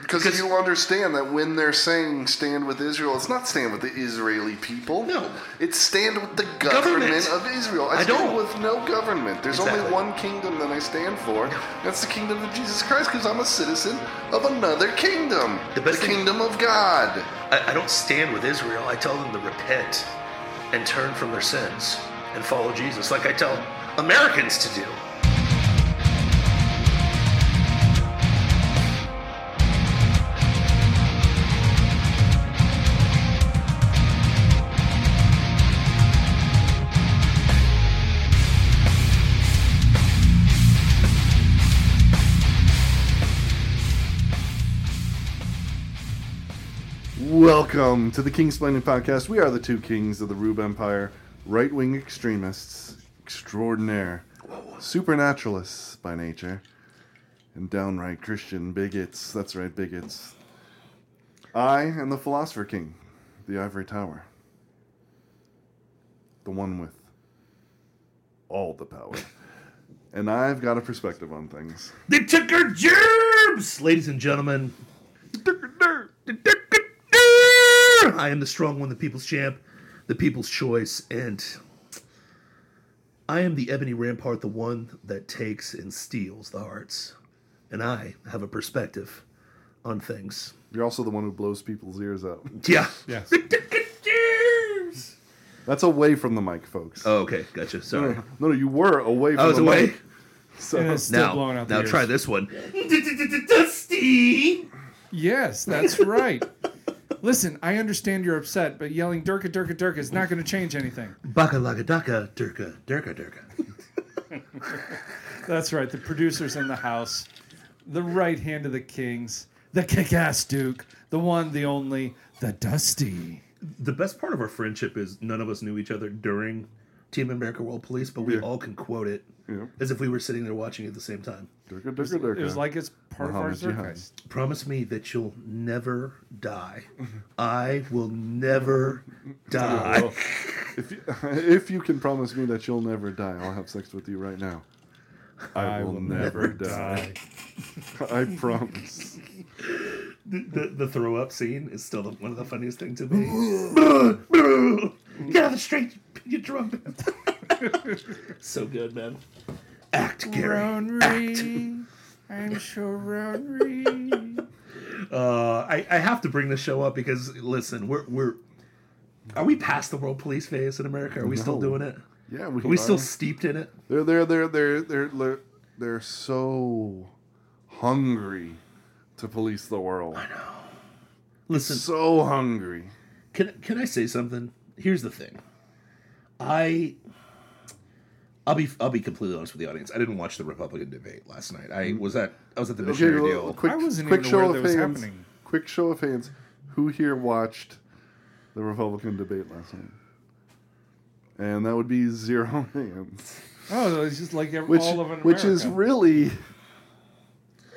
Because you understand that when they're saying stand with Israel, it's not stand with the Israeli people. No. It's stand with the government, Government. of Israel. I, I stand don't. with no government. There's only Exactly. one kingdom that I stand for. That's the kingdom of Jesus Christ because I'm a citizen of another kingdom. The best thing- kingdom of God. I, I don't stand with Israel. I tell them to repent and turn from their sins and follow Jesus, like I tell Americans to do. Welcome to the King's Splendid Podcast. We are the two kings of the Rube Empire, right wing extremists, extraordinaire, supernaturalists by nature, and downright Christian bigots. That's right, bigots. I am the Philosopher King, the Ivory Tower, the one with all the power. and I've got a perspective on things. They took our germs, ladies and gentlemen. I am the strong one, the people's champ, the people's choice, and I am the ebony rampart, the one that takes and steals the hearts. And I have a perspective on things. You're also the one who blows people's ears out. Yeah. Yes. They took our germs. That's away from the mic, folks. Oh, okay. Gotcha. Sorry. No, no, you were away from I was the away. mic. So And it's still blowing Now, out the now ears. try this one. Dusty. Yes, that's right. Listen, I understand you're upset, but yelling "Durka, Durka, Durka" is not going to change anything. Baka laga daka, durka, durka, durka. That's right. The producers in the house, the right hand of the kings, the kick-ass Duke, the one, the only, the Dusty. The best part of our friendship is none of us knew each other during Team America World Police, but we all can quote it Yeah. as if we were sitting there watching it at the same time. Durka, durka, durka. It was like it's part Muhammad of our Jihad. zeitgeist. Promise me that you'll never die. I will never die. if you, if you can promise me that you'll never die, I'll have sex with you right now. I, will, never, die. I promise. The, the, the throw up scene is still the, one of the funniest things to me. Get out of the street, you drunk man. so good, man. Act, Gary. Ronry, I'm so Ronry. Uh, I, I have to bring this show up because listen, we're we're are we past the world police phase in America? Are we still No. doing it? Yeah, we, Are we are. still steeped in it? They're they're they're they're they're they're, they're so hungry to police the world. Listen, So hungry. can can I say something? Here's the thing. I I'll be I'll be completely honest with the audience. I didn't watch the Republican debate last night. I was at I was at the Mm-hmm. Okay, missionary well, deal. quick, I wasn't quick even show aware of that was hands. happening. Quick show of hands. Who here watched the Republican debate last night? And that would be zero hands. Oh, it's just like ev- Which, all of America. which is really,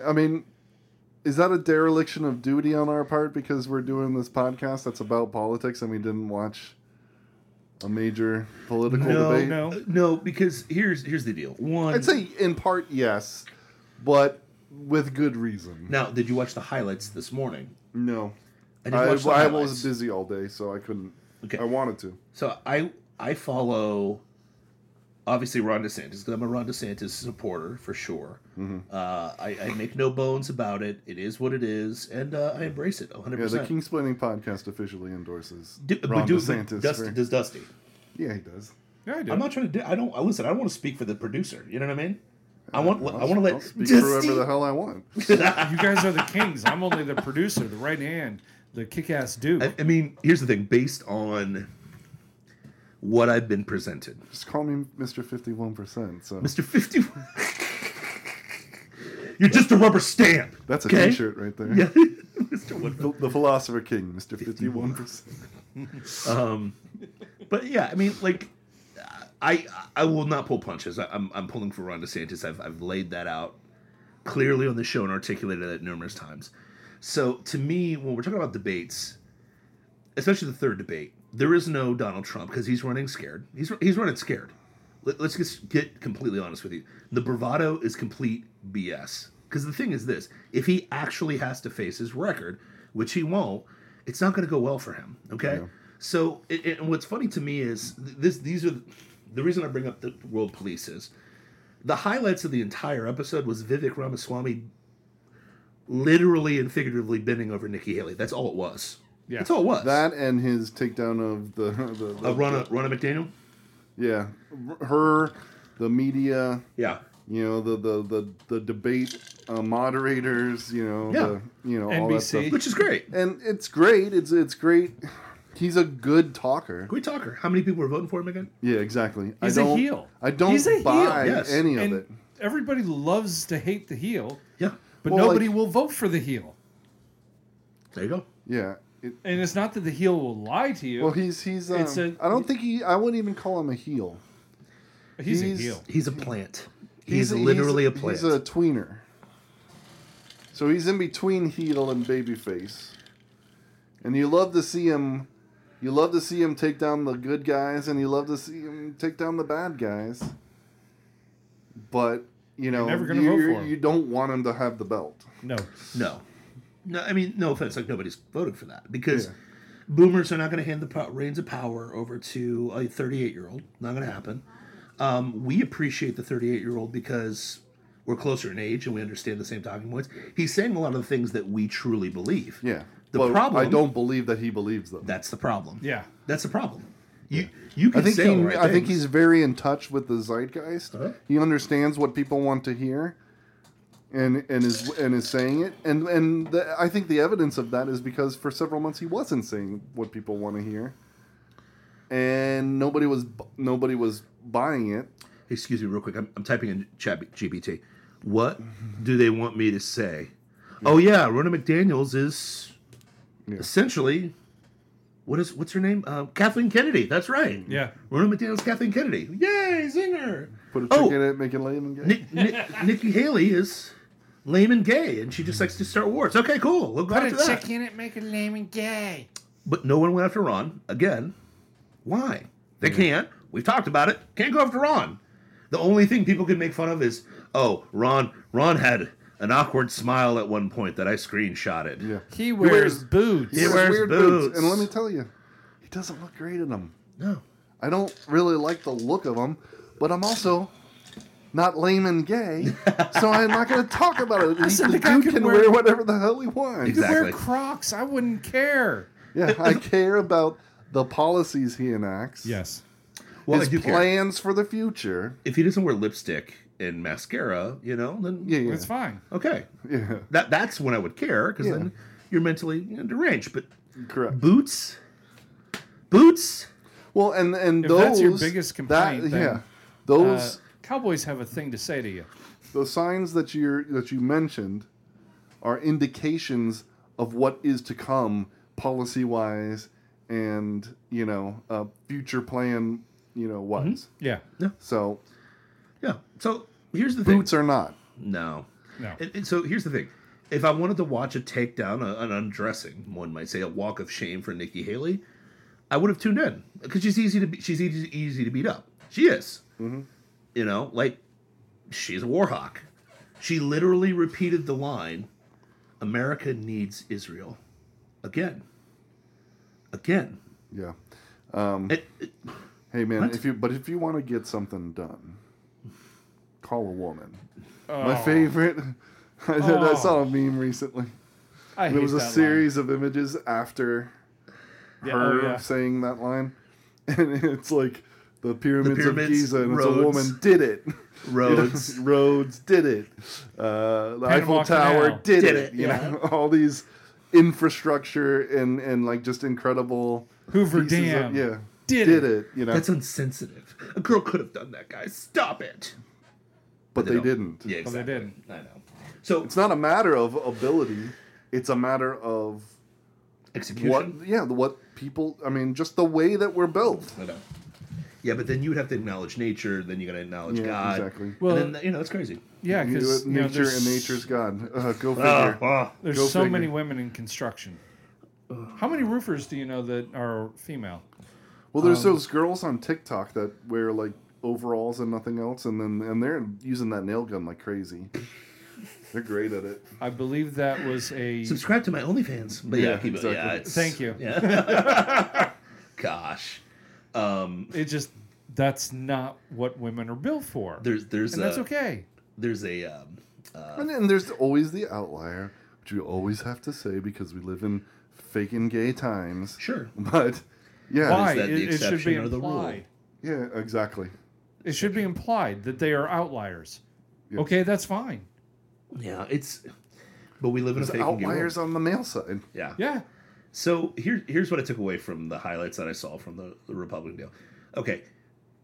I mean, is that a dereliction of duty on our part because we're doing this podcast that's about politics and we didn't watch a major political debate? no. Uh, no, because here's here's the deal. One, I'd say in part yes, but with good reason. now did you watch the highlights this morning? No. I, I the I highlights. was busy all day, so I couldn't. Okay. I wanted to. So I I follow obviously Ron DeSantis because I'm a Ron DeSantis supporter for sure. Mm-hmm. Uh, I, I make no bones about it. It is what it is, and uh, I embrace it Yeah, 100. the percent King Splitting podcast officially endorses do, but Ron do- DeSantis. Dusty, for- does Dusty? yeah, he does. Yeah, I do. I'm not trying to. Do, I don't. I Listen, I don't want to speak for the producer. You know what I mean? I want. i Uh, I'll- want to let I'll speak Dusty. for whoever the hell I want. You guys are the kings. I'm only the producer, the right hand, the kick-ass Duke. I, I mean, here's the thing. Based on what I've been presented, Just call me Mr. Fifty One Percent. So Mister Fifty. You're just a rubber stamp. that's a okay? shirt right there. Yeah, Mr. Woodford. The, the Philosopher King, Mr. Fifty One Percent. But yeah, I mean, like, I I will not pull punches. I, I'm I'm pulling for Ron DeSantis. I've I've laid that out clearly on the show and articulated that numerous times. So to me, when we're talking about debates, especially the third debate, there is no Donald Trump because he's running scared. He's he's running scared. Let, let's just get completely honest with you. The bravado is complete BS. Because the thing is this if he actually has to face his record, which he won't, it's not going to go well for him. Okay. So, it, it- and what's funny to me is th- this these are the reason I bring up the world police is the highlights of the entire episode was Vivek Ramaswamy literally and figuratively bending over Nikki Haley. That's all it was. Yeah. That's all it was. That and his takedown of the, the, the uh, Ronna, Ronna McDaniel? yeah, her, the media, Yeah. you know the the the, the debate uh, moderators, you know, Yeah. the, you know all that NBC. stuff. Which is great. And it's great. It's it's great. He's a good talker. Great talker. How many people were voting for him again? Yeah, exactly. He's I a don't, heel. I don't He's a heel, buy yes. any of And it. everybody loves to hate the heel, Yeah. but Well, nobody like- will vote for the heel. There you go. Yeah. It, And it's not that the heel will lie to you. well, he's he's. Um, It's a- I don't think he. I wouldn't even call him a heel. he's, he's- a heel. He's a plant. He's, literally a plant. He's a tweener. So he's in between heel and babyface, and you love to see him. You love to see him take down the good guys, and you love to see him take down the bad guys. But you know, never gonna you, vote you- for him. you don't want him to have the belt. No. no. No, I mean, no offense. Like, nobody's voted for that because Yeah. boomers are not going to hand the po- reins of power over to a 38 year old. Not going to happen. Um, we appreciate the 38 year old because we're closer in age and we understand the same talking points. He's saying a lot of the things that we truly believe. Yeah. The but I problem- don't believe that he believes them. That's the problem. Yeah. That's the problem. You, you can I think say he, all the right I think things. he's very in touch with the zeitgeist. Uh-huh. He understands what people want to hear, and and is and is saying it. And and the, I think the evidence of that is because for several months he wasn't saying what people want to hear, and nobody was bu- nobody was buying it. excuse me real quick i'm, I'm typing in chat gpt what do they want me to say oh yeah rona mcdaniels is Yeah. essentially what is what's her name uh, kathleen kennedy that's right Yeah. rona mcdaniels kathleen kennedy yay zinger Put a chick Oh. in it, make it lame and gay. Nick, Nick, nikki haley is lame and gay and she just likes to start wars okay cool we'll go after that in it, make it lame and gay. but no one went after ron again why they can't we've talked about it can't go after ron The only thing people can make fun of is, oh, Ron. Ron had an awkward smile at one point that I screenshotted. yeah, He wears, wears- boots. He wears boots. and let me tell you, he doesn't look great in them. No. I don't really like the look of them, but I'm also not lame and gay, so I'm not going to talk about it. I said the the guy dude could can wear- wear, whatever the hell he wants. You could wear Exactly. Crocs. I wouldn't care. Yeah, I care about the policies he enacts. Yes. Well, I his do care. plans for the future. If he doesn't wear lipstick and mascara, you know, then Yeah, yeah, It's fine. okay. yeah. That that's when I would care because Yeah. then you're mentally you know, deranged. But Correct. boots, boots. Well, and and If those that's your biggest complaint, then, yeah, Uh, those Cowboys have a thing to say to you. the signs that you that you mentioned are indications of what is to come policy wise and you know uh, future plan you know wise Yeah. so Yeah. So here's the boots thing. are not No. No. And, and so here's the thing. If I wanted to watch a takedown, a, an undressing, one might say a walk of shame for Nikki Haley, I would have tuned in because she's easy to be, she's easy, easy to beat up. She is. Mm-hmm. You know, like she's a war hawk. She literally repeated the line, "America needs Israel," again, again. yeah Um, And- uh, and- hey man What? if you but if you want to get something done call a woman my favorite I, said- I Oh. saw a meme recently I There hate was a that line. series of images after Yeah, her oh, yeah. saying that line, and it's like the pyramids, pyramids, of Giza, and it's a Rhodes. woman did it. Rhodes. Rhodes did it. Uh, the Eiffel Panama Tower Canal. did, Did it. it, You yeah. know, all these infrastructure and and like just incredible Hoover pieces of- Dam. yeah, Did did it. it. You know, That's insensitive. A girl could have done that, guys. Stop it. but they, don't. didn't. Yeah, Well, they exactly. didn't. I know. So It's not a matter of ability. It's a matter of execution. what, yeah, what people. I mean, just the way that we're built. I know. Yeah, but then you would have to acknowledge nature. Then you got to acknowledge Yeah, God. exactly. Well- and then, you know, it's crazy. Yeah, You do because it, nature and nature's God. Uh, go figure. There's Go so figure. many women in construction. How many roofers do you know that are female? well, there's Um, those girls on TikTok that wear like overalls and nothing else, and then and they're using that nail gun like crazy. They're great at it. I believe that was a. Subscribe to my OnlyFans. But yeah, Yeah, keep it- exactly. yeah, it's- Thank you. Yeah. Gosh, um, It just that's not what women are built for, there's there's and a, that's okay. There's a um, uh, And then there's always the outlier, which we always have to say because we live in faking gay times. sure. But yeah, Why that the it, it should be exception or the rule? implied? yeah, exactly. It should be implied that they are outliers. Yeah. Okay, that's fine. Yeah, it's. But we live in a There's fake and gay world. outliers on the male side. Yeah. Yeah, So here, here's what I took away from the highlights that I saw from the, the Republican deal. Okay,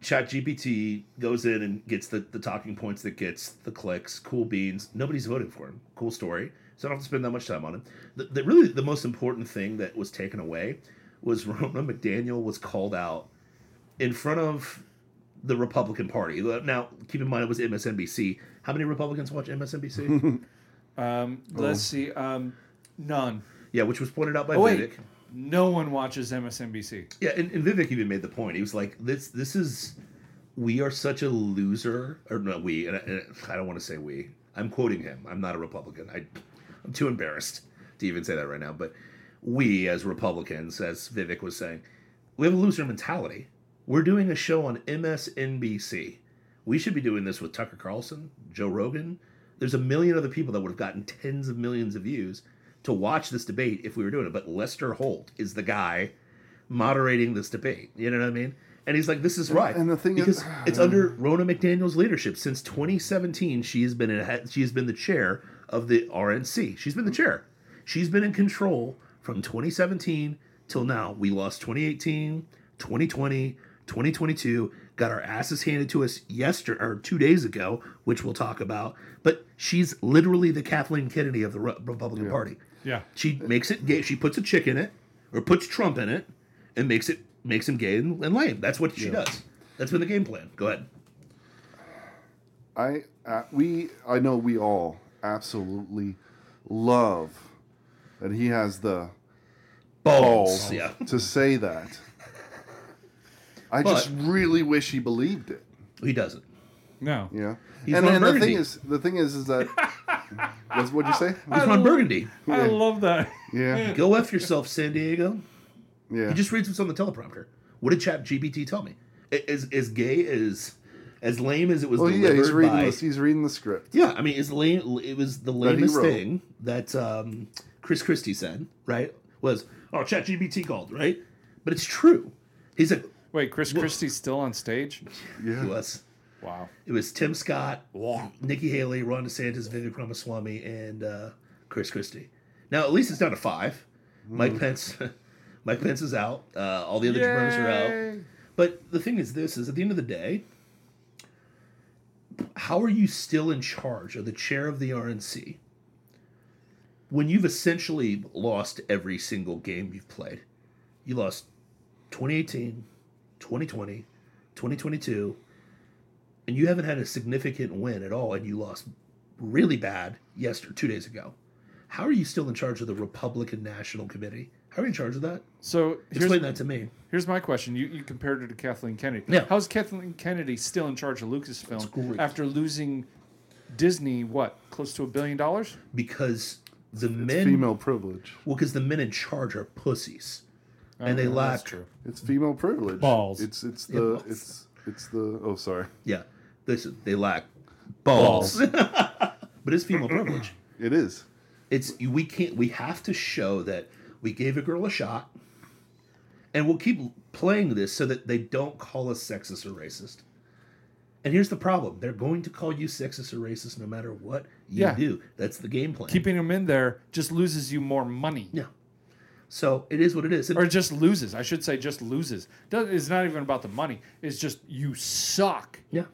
ChatGPT goes in and gets the, the talking points that gets the clicks, cool beans. Nobody's voting for him. Cool story. So I don't have to spend that much time on him. The, the, really, the most important thing that was taken away was Rona McDaniel was called out in front of the Republican Party. Now, keep in mind it was MSNBC. How many Republicans watch MSNBC? Um, Oh. Let's see. Um, none. yeah, which was pointed out by Oh, wait. Vivek. No one watches MSNBC. Yeah, and, and Vivek even made the point. He was like, "This, this is, we are such a loser." Or no, we. And I, and I don't want to say we. I'm quoting him. I'm not a Republican. I, I'm too embarrassed to even say that right now. But we, as Republicans, as Vivek was saying, we have a loser mentality. We're doing a show on MSNBC. We should be doing this with Tucker Carlson, Joe Rogan. There's a million other people that would have gotten tens of millions of views to watch this debate if we were doing it. But Lester Holt is the guy moderating this debate. You know what I mean? And he's like, this is right. and the thing is- because it's under Rona McDaniel's leadership since 2017. She has been in, she has been the chair of the RNC. She's been the Mm-hmm. chair. She's been in control from 2017 till now. We lost 2018, 2020, 2022. Got our asses handed to us yesterday or two days ago, which we'll talk about. But she's literally the Kathleen Kennedy of the Re- Republican Party. Yeah. She makes it gay. She puts a chick in it, or puts Trump in it, and makes it makes him gay and, and lame. That's what she does. That's been the game plan. Go ahead. I uh, we I know we all absolutely love that he has the Balls. balls Yeah, to say that. I just But- really wish he believed it. he doesn't. No. Yeah, He's and, Ron and the Burgundy. thing is, the thing is, is that that's what you say. He's Ron Burgundy. I love that. Yeah, Go f yourself, San Diego. yeah. He just reads what's on the teleprompter. What did Chat GPT tell me? A- As as gay as as lame as it was Oh yeah, delivered he's reading by. this. He's reading the script. Yeah, I mean, it's lame. It was the he lamest wrote. thing that um, Chris Christie said. Right? Was oh, ChatGPT called right? But it's true. He's a Wait, Chris Christie's still on stage? It Yeah, was. Wow. It was Tim Scott, Nikki Haley, Ron DeSantis, Vivek Ramaswamy, and uh, Chris Christie. Now at least it's down to five. Mike Pence, Mike Pence is out. Uh, all the other jabronis are out. Yay. But the thing is, this is at the end of the day. How are you still in charge of the chair of the RNC when you've essentially lost every single game you've played? You lost 2018, 2020, 2022, and you haven't had a significant win at all, and you lost really bad yesterday, two days ago. How are you still in charge of the Republican National Committee? How are you in charge of that? So here's, Explain that to me. here's my question. You, you compared her to Kathleen Kennedy. Yeah. How's Kathleen Kennedy still in charge of great. Lucasfilm after losing Disney, what, close to a billion dollars? Because the men, female privilege. well, because the men in charge are pussies, and they yeah, that's lack, true. It's female privilege. Balls. It's it's the balls. it's it's the oh sorry. yeah, listen, they lack balls. but it's female privilege. It is. it's we can't we have to show that we gave a girl a shot and we'll keep playing this so that they don't call us sexist or racist and here's the problem they're going to call you sexist or racist no matter what you Yeah. do that's the game plan Keeping them in there just loses you more money. yeah so it is what it is And- or just loses. I should say just loses. Doesn't- It's not even about the money. It's just you suck. yeah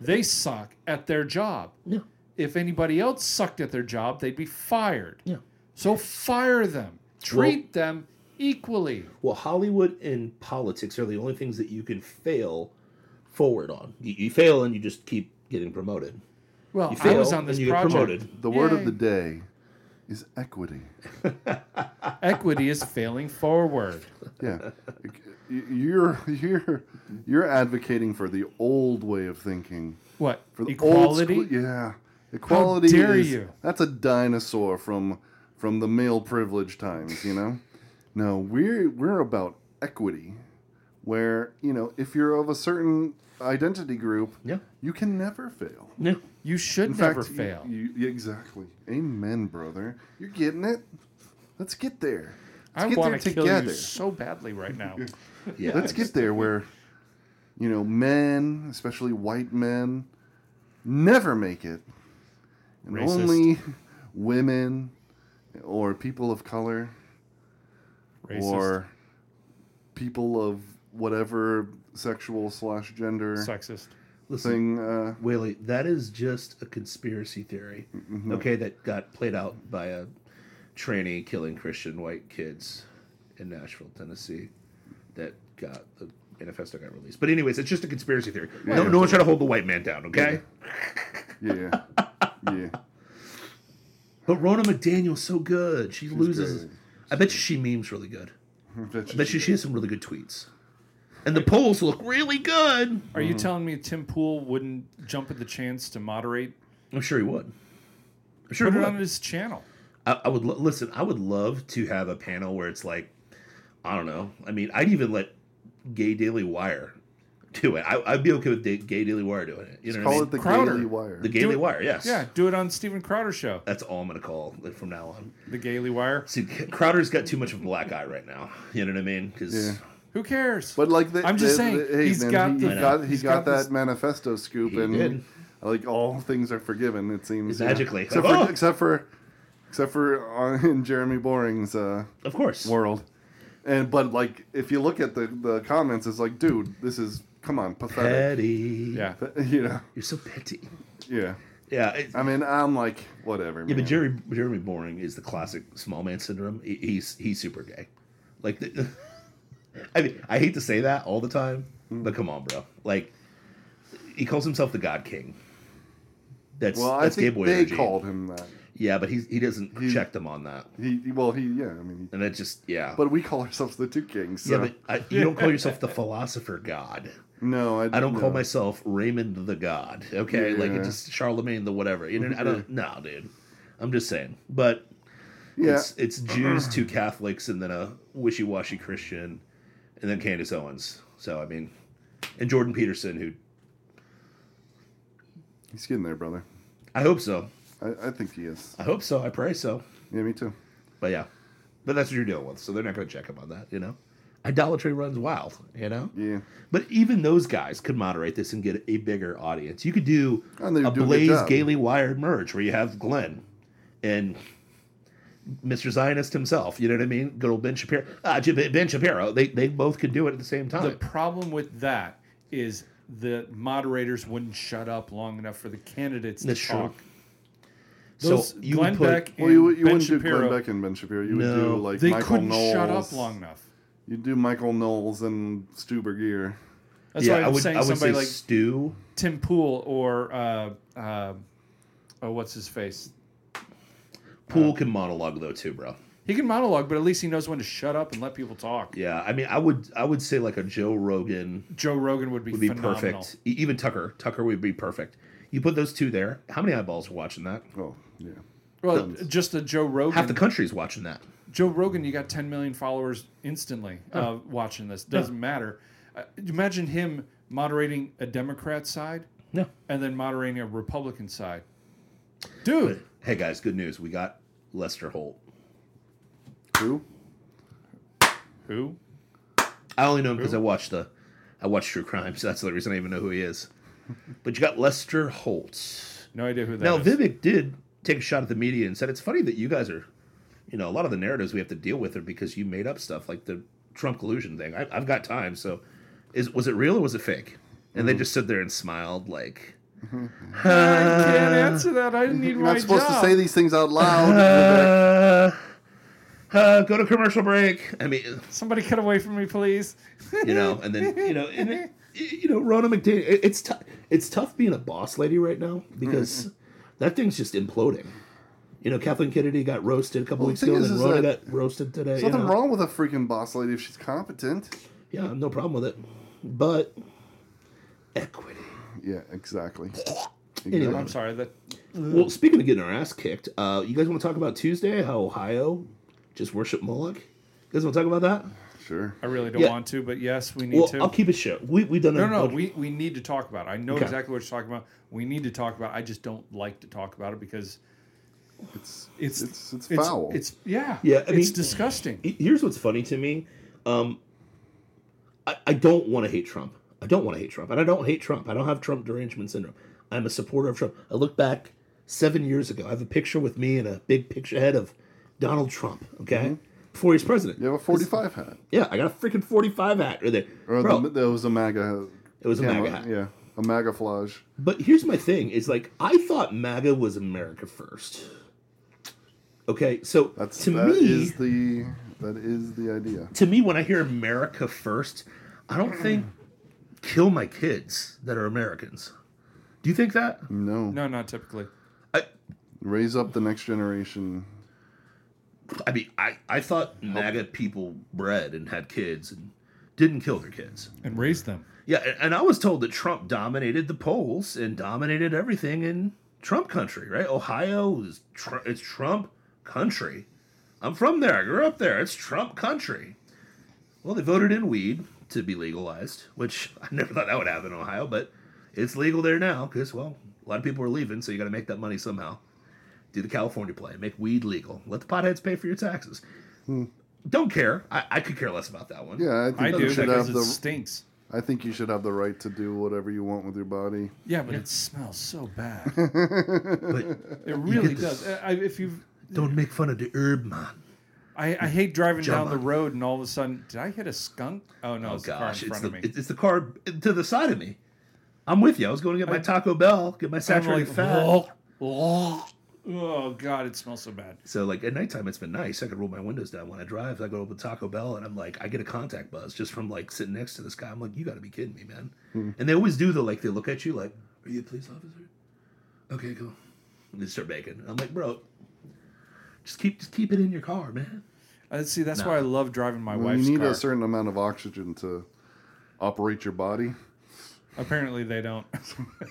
They suck at their job. yeah If anybody else sucked at their job, they'd be fired. yeah So fire them. Treat them equally. well hollywood and politics are the only things that you can fail forward on you, you fail and you just keep getting promoted Well, you I fail was on this and you project. get promoted The word Yay. of the day is equity. Equity is failing forward. Yeah, you're you're you're advocating for the old way of thinking What for the old equality? school- yeah, Equality dare is- you. that's a dinosaur from from the male privilege times, you know? No, we're we're about equity where, you know, if you're of a certain identity group, Yeah. you can never fail. No. You should In never fact, you- fail. You, exactly. Amen, brother. You're getting it. Let's get there. Let's I get want there to kill you together. so badly right now. Yeah. Let's get there where, you know, men, especially white men, never make it. And Racist. only women or people of color Racist. or people of whatever sexual slash gender sexist. Listen, thing. Uh, Willie, that is just a conspiracy theory. Okay, that got played out by a trainee killing Christian white kids in Nashville, Tennessee. That got the manifesto got released. But anyways, it's just a conspiracy theory. no, no one's trying to hold the white man down. Okay. yeah. yeah. But Rona McDaniel's so good. She loses. great. I bet you she memes really good. That's I bet you she has some really good tweets. And the polls look really good. Are Mm. you telling me Tim Pool wouldn't jump at the chance to moderate? I'm sure he would. I'm sure Put he it would. on his channel. I, I would lo- listen. I would love to have a panel where it's like, I don't know. I mean, I'd even let Gay Daily Wire do it. I, I'd be okay with da- Gay Daily Wire doing it. You know Call what I it the mean? Crowder. Daily Wire. the Gay Daily it- Wire. Yes. Yeah, do it on Stephen Crowder show. That's all I'm gonna call it from now on. The Gaily Wire. See, C- Crowder's got too much of a black eye right now. You know what I mean? Because Yeah. Who cares? But like, the, I'm just the- saying, the- hey, he's man, got he the- I know. got, he he's got got that this- manifesto scoop, He and did. like all things are forgiven. It seems yeah. Magically. except, Oh! for, except for except for on, in Jeremy Boring's uh, of course, world. And but like, if you look at the the comments, it's like, dude, this is come on, pathetic. petty. yeah. You know, You're so petty. yeah. Yeah. It, I mean, I'm like, whatever. yeah, man. but Jerry Jeremy Boring is the classic small man syndrome. He- He's he's super gay. Like, the, I mean, I hate to say that all the time, Hmm. but come on, bro. Like, he calls himself the God King. That's well, I that's gay think boy they energy. called him that. Yeah, but he's, he doesn't He- check them on that, He well, he yeah. I mean, he, and that just yeah. but we call ourselves the two kings. So. yeah, but I, you don't call yourself the philosopher God. no, I, I don't call no. myself Raymond the God. Okay, like Yeah. it just Charlemagne the whatever. You know, I don't. No, dude. I'm just saying, but Yeah, it's it's Jews, two Catholics, and then a wishy-washy Christian, and then Candace Owens. So I mean, and Jordan Peterson, who he's getting there, brother. I hope so. I, I think he is. I hope so. I pray so. Yeah, me too. But yeah, but that's what you're dealing with. So they're not going to check him on that. You know, idolatry runs wild. You know. Yeah. But even those guys could moderate this and get a bigger audience. You could do And they a do a good Blaze job. Gaily Wired merge where you have Glenn and Mr. Zionist himself. You know what I mean? Good old Ben Shapiro. Ah, J- ben Shapiro. They, they both could do it at the same The time. problem with that is the moderators wouldn't shut up long enough for the candidates That's to true. talk. So Those you would Glenn put- Beck and Well, you, you Ben wouldn't Shapiro, do Glenn Beck and Ben Shapiro. You would No. do like they Michael couldn't Knowles. shut up long enough. You do Michael Knowles and Stuber Gear. That's why I'm saying somebody like Stu. Tim Pool or uh, uh, oh, what's his face? Uh-huh. Poole can monologue though too, bro. He can monologue, but at least he knows when to shut up and let people talk. Yeah, I mean, I would I would say like a Joe Rogan Joe Rogan would be, would be phenomenal. perfect. E- Even Tucker, Tucker would be perfect. You put those two there. How many eyeballs are watching that? Oh, yeah. Well, Tons. just the Joe Half Rogan. the country's watching that. Joe Rogan, you got 10 million followers instantly uh, watching this. Doesn't matter. Uh, imagine him moderating a Democrat side No. and then moderating a Republican side. Dude, Hey guys, good news. We got Lester Holt. Who? who? I only know him because I watched the, I watched True Crime, so that's the reason I even know who he is. But you got Lester Holt. No idea who that Now is. Vivek did take a shot at the media and said it's funny that you guys are, you know, a lot of the narratives we have to deal with are because you made up stuff like the Trump collusion thing. I, I've got time, so is was it real or was it fake? And Mm-hmm. they just stood there and smiled like. I can't answer that. I need You're my not supposed job. to say these things out loud. Uh, uh, go to commercial break. I mean, Somebody cut away from me, please. you know, and then you know, and it, you know, Rona McDaniel. It, it's tough. It's tough being a boss lady right now Mm-hmm. because that thing's just imploding. You know, Kathleen Kennedy got roasted a couple Well, the weeks thing ago, and is- then is Rona that got roasted today. There's you nothing know. wrong with a freaking boss lady if she's competent. Yeah, no problem with it, but equity. Yeah, exactly. Anyway, I'm sorry. That Well, speaking of getting our ass kicked, uh, you guys want to talk about Tuesday? How Ohio just worship Moloch? You guys want to talk about that? Sure. I really don't Yeah. want to, but yes, we need Well, to. I'll keep it short. We we done No, a- no, we, we need to talk about it. I know Okay. exactly what you're talking about. We need to talk about it. I just don't like to talk about it because It's it's it's it's foul. It's, yeah. Yeah, I it's mean- disgusting. Here's what's funny to me. Um, I, I don't want to hate Trump. I don't want to hate Trump. And I don't hate Trump. I don't have Trump derangement syndrome. I'm a supporter of Trump. I look back seven years ago. I have a picture with me and a big picture head of Donald Trump, okay? Before he was president. Mm-hmm. you have a 45 hat. Yeah, I got a freaking 45 hat right there. Or Bro, the, there was a MAGA. it was a camo- MAGA hat. Yeah, a MAGAflage. But here's my thing is like, I thought MAGA was America first. Okay, so That's to that me. is the that is the idea. to me, when I hear America first, I don't think kill my kids that are Americans. Do you think that? No. No, not typically. I, raise up the next generation. I mean, I, I thought MAGA people bred and had kids and didn't kill their kids. And raise them. Yeah, and- and I was told that Trump dominated the polls and dominated everything in Trump country, right? Ohio is tr- it's Trump country. I'm from there. I grew up there. It's Trump country. Well, they voted in weed to be legalized, which I never thought that would happen in Ohio, but it's legal there now because, well, a lot of people are leaving, so you got to make that money somehow. Do the California play, make weed legal. Let the potheads pay for your taxes. Don't care. I, I could care less about that one. Yeah, I think I you do should because have it the. stinks. I think you should have the right to do whatever you want with your body. Yeah, but it smells so bad. But It really get this- does. I, I- if you, don't make fun of the herb, man. I, I hate driving Jump down the on. road and all of a sudden, did I hit a skunk? Oh no, Oh it's the car in gosh, front it's the of me. it's it's the car to the side of me. I'm with you. I was going to get my Taco Bell, get my I'm saturated like, fat. "Whoa, whoa." Oh god, it smells so bad. So like at nighttime, it's been nice. I could roll my windows down when I drive. I go up to Taco Bell, and I'm like, I get a contact buzz just from like sitting next to this guy. I'm like, you got to be kidding me, man. Hmm. And they always do the like they look at you like, are you a police officer? Okay, cool. And they start baking. I'm like, bro, just keep just keep it in your car, man. Uh, see, that's why I love driving my Well, wife's you need car. a certain amount of oxygen to operate your body. Apparently, they don't.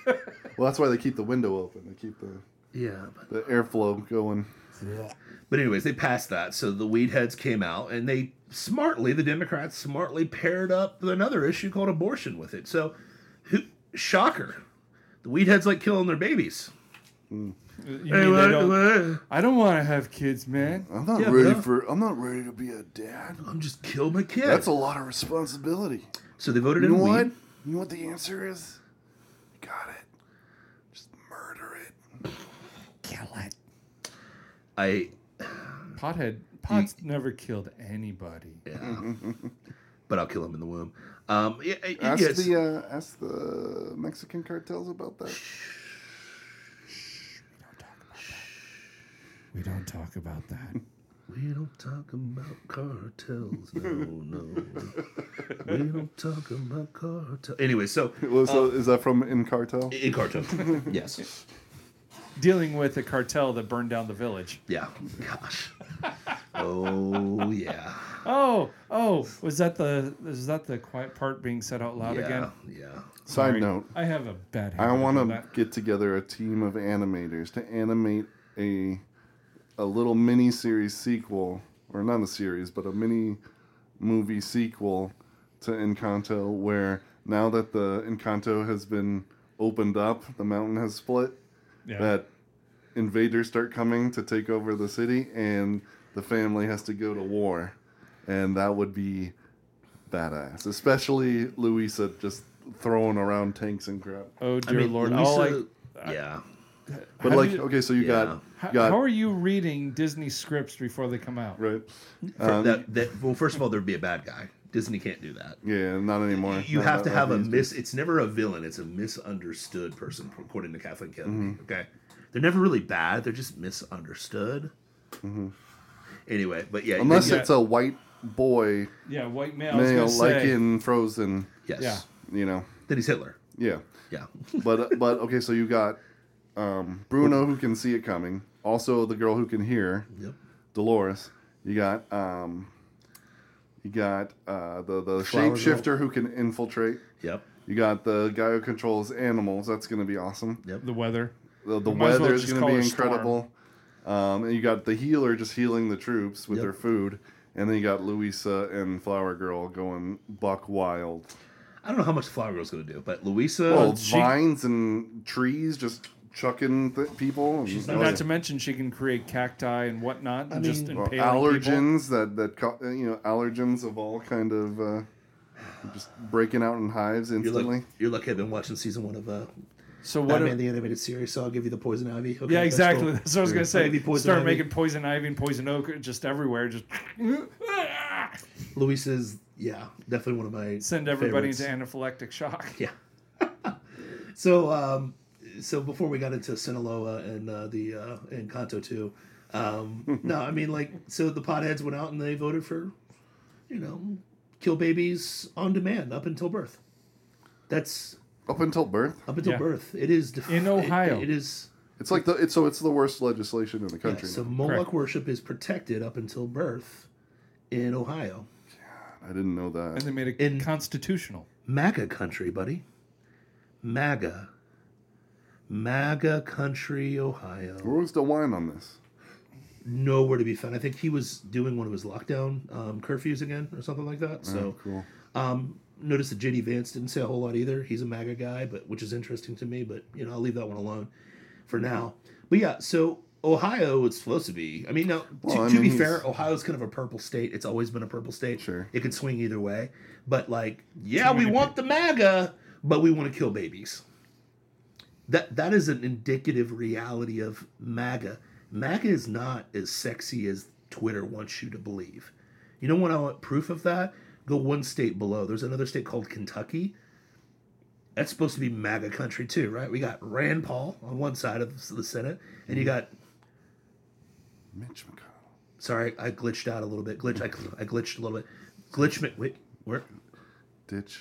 Well, that's why they keep the window open. They keep the, Yeah. but- the airflow going. But anyways, they passed that, so the weed heads came out, and they smartly, the Democrats smartly paired up another issue called abortion with it. So, who, shocker, the weed heads like killing their babies. You mean Hey, they what- don't- what? I don't want to have kids, man. I'm not Yeah, ready but- uh, for. I'm not ready to be a dad. I'm just kill my kid. That's a lot of responsibility. so they voted You know in what? weed. You know what the answer is? Got it. Just murder it. Kill it. I Pothead. Pot's never killed anybody. yeah, but I'll kill him in the womb. Um, yeah, I- Ask yes. the uh, ask the Mexican cartels about that. We don't talk about that. We don't talk about cartels. No, no. we don't talk about cartels. Anyway, so Well, Uh, so is that from In Cartel? in cartel, yes. Dealing with a cartel that burned down the village. Yeah. Gosh. oh yeah. Oh, oh, was that the was that the quiet part being said out loud yeah. again? Yeah. Side note: I have a bad. I habit want of to that. get together a team of animators to animate a a little mini series sequel, or not a series, but a mini movie sequel to Encanto, where now that the Encanto has been opened up, the mountain has split, Yeah. that invaders start coming to take over the city, and the family has to go to war, and that would be badass, especially Luisa just throwing around tanks and crap. Oh dear lord! Louisa- All I- yeah. But How do like, you- okay, so you Yeah. got, how, got how are you reading Disney scripts before they come out? right, For- Um, that, that, well, first of all, there'd be a bad guy. Disney can't do that. yeah, not anymore. You Not have to that have a easy. mis. It's never a villain. It's a misunderstood person, according to Kathleen Kennedy. Mm-hmm. Okay, they're never really bad. They're just misunderstood. Mm-hmm. Anyway, but yeah, Unless yeah, it's a white boy Yeah, white male. I was male, gonna like say. in Frozen, yes, yeah. you know, then he's Hitler. yeah. Yeah, But uh, but okay, so you got um, Bruno who can see it coming, also the girl who can hear, yep. Dolores. You got um, you got uh, the the Flower shapeshifter who can infiltrate. Yep. You got the guy who controls animals. That's gonna be awesome. Yep. the weather. The, the We might as well weather's just going call to it be a storm. incredible. Um, and you got the healer just healing the troops with Yep. their food, and then you got Louisa and Flower Girl going buck wild. I don't know how much Flower Girl's gonna do, but Louisa. Well, she- vines and trees just chucking th- people. and- She's oh, And yeah. not to mention she can create cacti and whatnot, and just mean- Well, impaling people. allergens that that co- uh, you know allergens of all kind of uh, just breaking out in hives you're, instantly. lucky, you're lucky I've been watching season one of uh, So what? Batman if- the Animated Series, so I'll give you the Poison Ivy. Okay, yeah, that's exactly. cool. That's what I was gonna Let me say. be poison Start ivy. making poison ivy and poison oak just everywhere. Just Luisa's, yeah, definitely one of my send everybody favorites. into anaphylactic shock. Yeah. so, um, so before we got into Sinaloa and uh, the uh, and Kanto two, um, no, I mean like so the potheads went out and they voted for, you know, kill babies on demand up until birth. That's Up until birth, up until Yeah. birth. It is def- In it- Ohio. it is. it's like the it's so it's the worst legislation in the yeah, country. so now. Moloch Correct. worship is protected up until birth, in Ohio, I didn't know that. And they made it In- constitutional. MAGA country, buddy. MAGA. MAGA country, Ohio. Where was the wine on this? nowhere to be found. I think he was doing one of his lockdown um, curfews again or something like that. So Cool. um, notice that JD Vance didn't say a whole lot either. He's a MAGA guy, but which is interesting to me. But you know, I'll leave that one alone for now. But yeah, so Ohio was supposed to be. I mean, now Well, to, I to mean, be fair, he's- Ohio's kind of a purple state. It's always been a purple state. Sure. it could swing either way. But like, yeah, we many want the MAGA, but we want to kill babies. That that is an indicative reality of MAGA. MAGA is not as sexy as Twitter wants you to believe. You know what I want proof of that? Go one state below. There's another state called Kentucky. That's supposed to be MAGA country too, right? We got Rand Paul on one side of the Senate, and you got Mitch McConnell. sorry, I glitched out a little bit. Glitch, I, gl- I glitched a little bit. Glitch, Mc- wait, where, Ditch.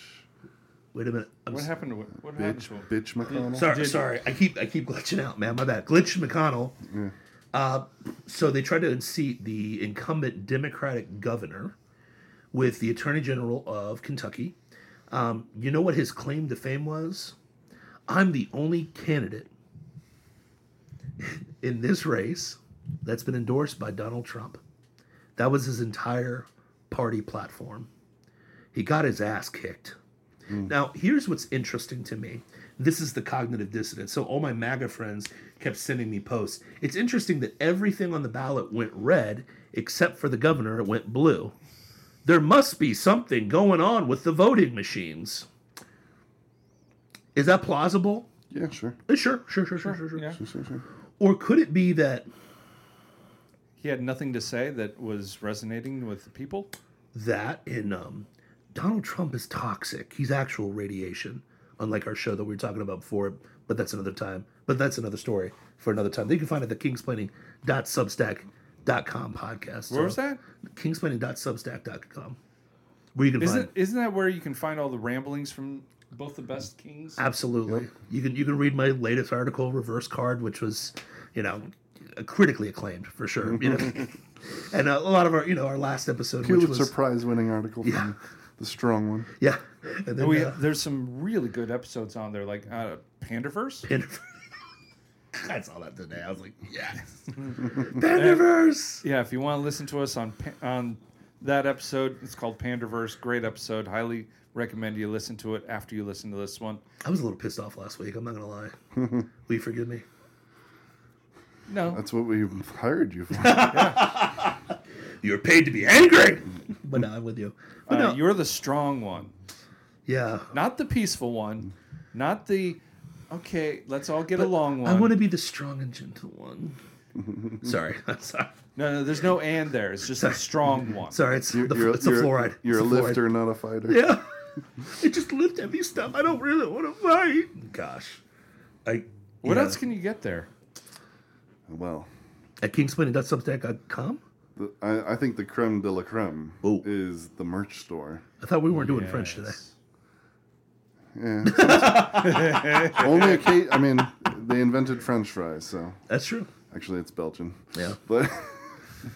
wait a minute. I'm What s- happened to it? What happened Bitch. to him? Bitch McConnell. Sorry, Did- sorry. I keep I keep glitching out, man. My bad. Glitch McConnell. Uh, so they tried to unseat the incumbent Democratic governor with the Attorney General of Kentucky. Um, you know what his claim to fame was? I'm the only candidate in this race that's been endorsed by Donald Trump. That was his entire party platform. He got his ass kicked. Now, here's what's interesting to me. This is the cognitive dissonance. So, all my MAGA friends kept sending me posts. It's interesting that everything on the ballot went red except for the governor, it went blue. There must be something going on with the voting machines. Is that plausible? Yeah, sure. Uh, Sure, sure, sure, sure, sure. sure. Yeah. Sure, sure, sure. Or could it be that He had nothing to say that was resonating with the people. that in um, Donald Trump is toxic. He's actual radiation, unlike our show that we were talking about before. But that's another time. But that's another story for another time. That you can find at the kingsplaining.substack.com podcast. Where was that? Kingsplaining.substack.com. Where you can find Isn't isn't that where you can find all the ramblings from both the best kings? absolutely. You can you can read my latest article, Reverse Card, which was, you know, critically acclaimed for sure. You know, and a lot of our you know our last episode, which Pulitzer was Prize winning article from Yeah. the strong one. yeah, and then We, uh, there's some really good episodes on there, like uh, Pandaverse. Pandaverse. I saw that today. I was like, yes. Pandaverse. Yeah, if you want to listen to us on Pa- on that episode, it's called Panderverse. Great episode. Highly recommend you listen to it after you listen to this one. I was a little pissed off last week. I'm not going to lie. Will you forgive me? No, That's what we hired you for. You're paid to be angry. but no, I'm with you. But uh, no, you're the strong one, yeah. not the peaceful one, not the okay. Let's all get along one. I want to be the strong and gentle one. sorry. I'm sorry. No, no, there's no and there. It's just the strong one. Sorry. It's, the, You're- it's the you're- fluoride. You're a It's the fluoride. lifter, not a fighter. Yeah. it just lift heavy stuff. I don't really want to fight. Gosh. I. what yeah. else can you get there? Well, At kingsplaining.substack.com? the, I, I think the creme de la creme Oh. is the merch store. I thought we weren't doing French today. Yes. Yeah. Only a case. I mean, they invented French fries, so That's true. actually it's Belgian. Yeah. But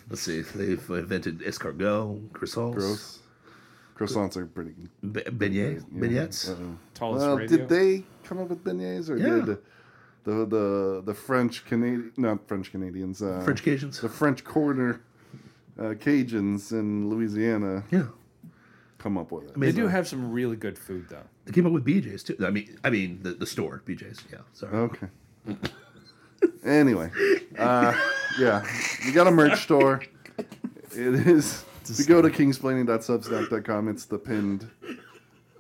Let's see. They've invented escargot, croissants, gross. Croissants are pretty. b- beignets, Yeah. beignets. Uh-oh. Tallest Well, radio. did they come up with beignets, or Yeah. did the the the French Canadian, not French Canadians, uh, French Cajuns. the French corner uh, Cajuns in Louisiana Yeah, come up with it. They amazing. do have some really good food though. They came up with BJ's too. I mean, I mean the, the store BJ's. Yeah, sorry. Okay. anyway, uh, yeah, we got a merch store. It is. If you go to kingsplaining.substack.com, it's the pinned.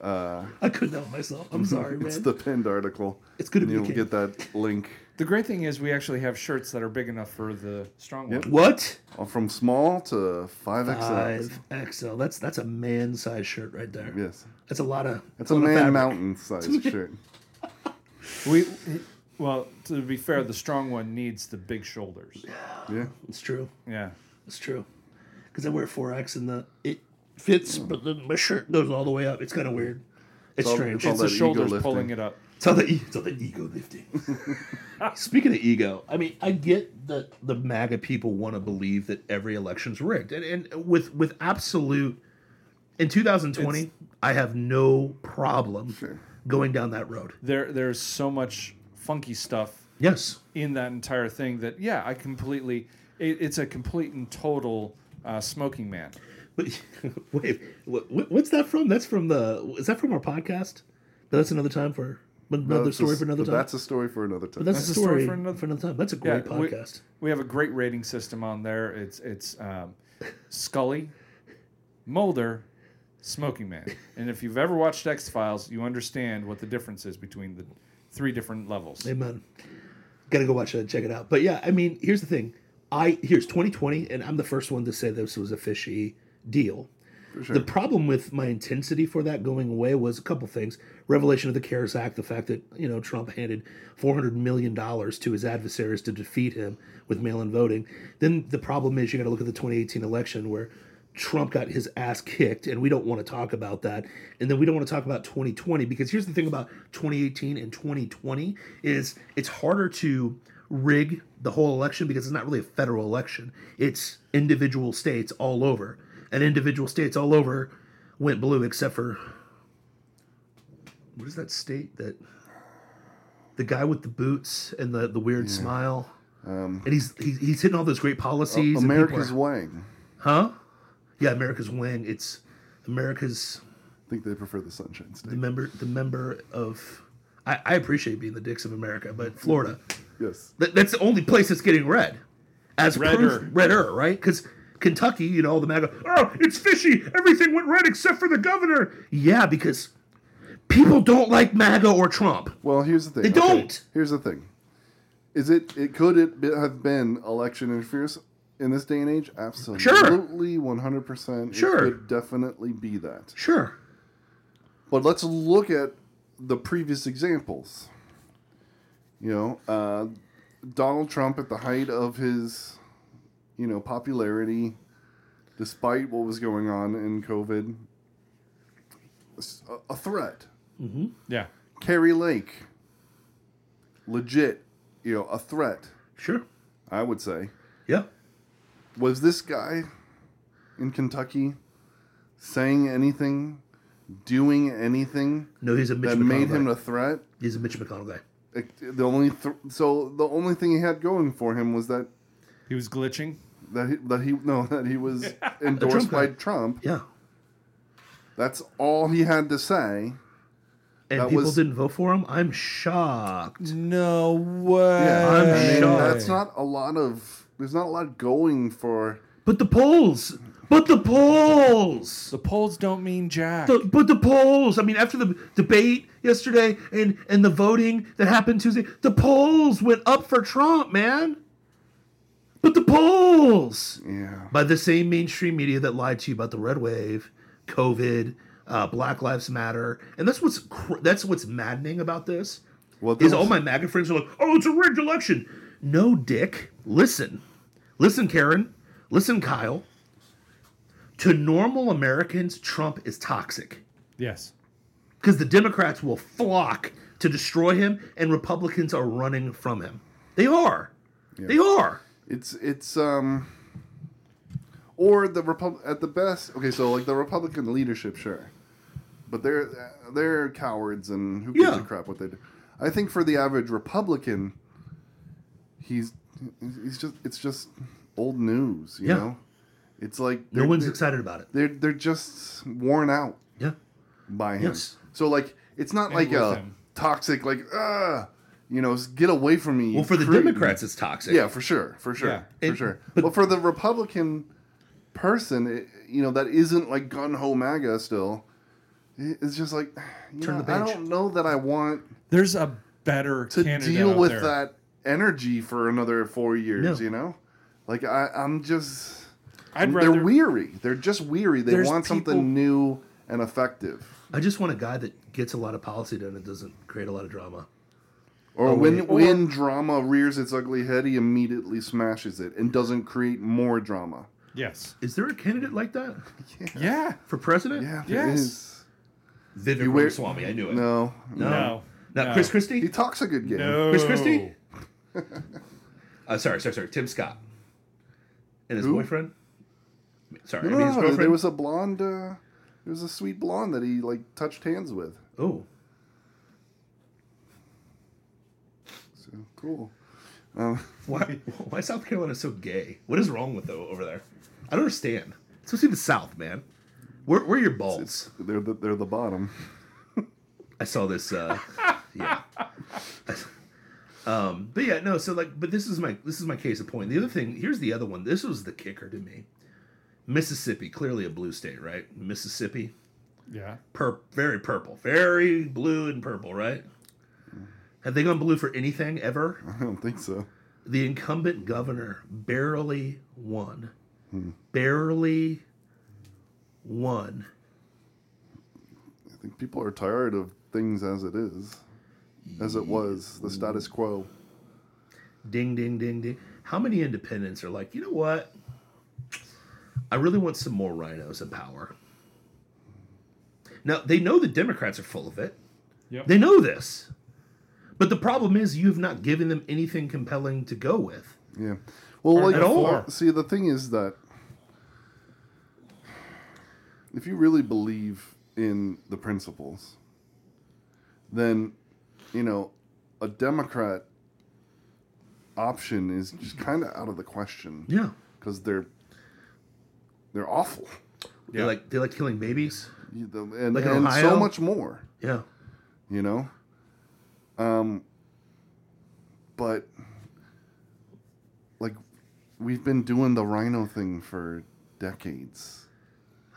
I couldn't help myself. I'm sorry, man. It's the pinned article. It's good And to be you'll king. get that link The great thing is we actually have shirts that are big enough for the strong Yep. one. what? from small to five XL. Five XL. That's that's a man size shirt right there. Yes, That's a lot of. it's a lot of man fabric. mountain sized shirt. We well, to be fair, the strong one needs the big shoulders. Yeah. It's true. Yeah. It's true. Because I wear four X and the it fits, but then my shirt goes all the way up. It's kind of weird. It's, all- strange. all It's the that ego shoulders lifting. pulling it up. It's all the e- it's all the ego lifting. Speaking of ego, I mean, I get that the MAGA people want to believe that every election's rigged, and and with with absolute. In 2020, I have no problem going down that road. There there's so much funky stuff Yes, in that entire thing that yeah, I completely it, it's a complete and total uh, smoking man. Wait, wait what, what- what's that from? That's from the. Is that from our podcast? But that's another time for another That's a- story for another time. That's a story for another time. But that's, a story, for, another, another- time. That's a Yeah, great we, podcast. we have a great rating system on there. It's it's um, Scully, Mulder, Smoking Man, and if you've ever watched X Files, you understand what the difference is between the three different levels. Amen. Gotta go watch that and check it out. But yeah, I mean, here's the thing. I here's 2020, and I'm the first one to say this was a fishy deal. The problem with my intensity for that going away was a couple things: revelation of the CARES Act, the fact that you know Trump handed 400 million dollars to his adversaries to defeat him with mail-in voting. Then the problem is you got to look at the 2018 election where Trump got his ass kicked, and we don't want to talk about that. And then we don't want to talk about 2020 because here's the thing about 2018 and 2020 is it's harder to rig the whole election because it's not really a federal election. It's individual states all over, and individual states all over went blue except for what is that state that the guy with the boots and the the weird smile. and he's, he's he's hitting all those great policies. and people America's are- Wang. Huh? Yeah, America's wing. It's America's I think they prefer the Sunshine State. the member the member of I, I appreciate being the dicks of America, but Florida. Yes. That, that's the only place that's getting red. As redder, Redder. redder, right? Because Kentucky, you know, all the MAGA. Oh, it's fishy. Everything went red except for the governor. Yeah, because people don't like MAGA or Trump. Well, here's the thing. They don't! Here's the thing. Is it? It could it be, have been election interference in this day and age? Absolutely, one hundred percent. Sure. it could definitely be that. Sure. But let's look at the previous examples. You know, uh, Donald Trump at the height of his, you know, popularity, despite what was going on in COVID, was a- a threat. Yeah, Carrie Lake, legit, you know, a threat, Sure. I would say. Yeah. Was this guy in Kentucky saying anything, doing anything No, he's a Mitch that McConnell made guy. him a threat? he's a Mitch McConnell guy. It- The only th- so the only thing he had going for him was that he was glitching. that he, that he no that he was endorsed Trump by guy. Trump. Yeah. That's all he had to say. And That people was- didn't vote for him. I'm shocked. No way. I'm I mean, shocked. that's not a lot of. There's not a lot going for. But the polls. But the polls. The polls don't mean jack. The- but the polls. I mean, after the debate yesterday and and the voting that happened Tuesday, the polls went up for Trump, man. But the polls. Yeah. By the same mainstream media that lied to you about the red wave, COVID, uh, Black Lives Matter, and that's what's cr- that's what's maddening about this. Well, there is all was- my MAGA friends are like, oh, it's a rigged election. No, Dick. Listen. Listen, Karen. Listen, Kyle. To normal Americans, Trump is toxic yes. because the Democrats will flock to destroy him, and Republicans are running from him. They are. They are. It's it's um or the Repub at the best. Okay, so like the Republican leadership, sure, but they're they're cowards and who gives Yeah. a crap what they do. I think for the average Republican, he's he's just it's just old news, you Yeah. know. It's like No they're- one's they're- excited about it. They're they're just worn out Yeah. by him. Yes. So like it's not like with a him. toxic like ah you know s- get away from me. you Well, for the cretin. Democrats, it's toxic. yeah, for sure, for sure, Yeah. for It- sure. But, but- for the Republican person, it, you know that isn't like gun ho MAGA still. it- It's just like you Turn know, the I page. don't know that I want There's a better to candidate deal out with there. that energy for another four years. No. You know, like I, I'm just. I'd they're rather weary. They're just weary. They There's want people- something new and effective. I just want a guy that gets a lot of policy done and doesn't create a lot of drama. Or Oh, when wait. when drama rears its ugly head, he immediately smashes it and doesn't create more drama. yes. Is there a candidate like that Yeah. for president? Yeah, there Yes. is. Vivek You wear- Ramaswamy. I knew it. No, No. No. Not no. Chris he Christie. talks a good game. No. Chris Christie? Uh, sorry, sorry, sorry. Tim Scott and his Who? boyfriend. No, Sorry, I mean no, his no, girlfriend. there was a blonde. Uh, there was a sweet blonde that he like touched hands with. oh, So cool. why? Why is South Carolina so gay? What is wrong with though over there? I don't understand. It's supposed to be the South, man. Where, where are your balls? They're the, they're the bottom. I saw this. Uh, yeah. um, but yeah, no. So like, but this is my this is my case of point. The other thing here's the other one. This was the kicker to me. Mississippi, clearly a blue state, right? Mississippi, Yeah. pur- very purple, very blue and purple, right? Have they gone blue for anything ever? I don't think so. the incumbent governor barely won. Barely won. I think people are tired of things as it is, as it was, the status quo. Ding, ding, ding, ding. How many independents are like, you know what? I really want some more rhinos in power. Now, they know the Democrats are full of it. Yep. They know this. But the problem is, you have not given them anything compelling to go with. Yeah. Well, like at all. See, the thing is that if you really believe in the principles, then you know a Democrat option is just kind of out of the question Yeah. because they're they're awful, They like they like killing babies. You know, and, Like in and so Ohio? much more. Yeah. you know um but like we've been doing the rhino thing for decades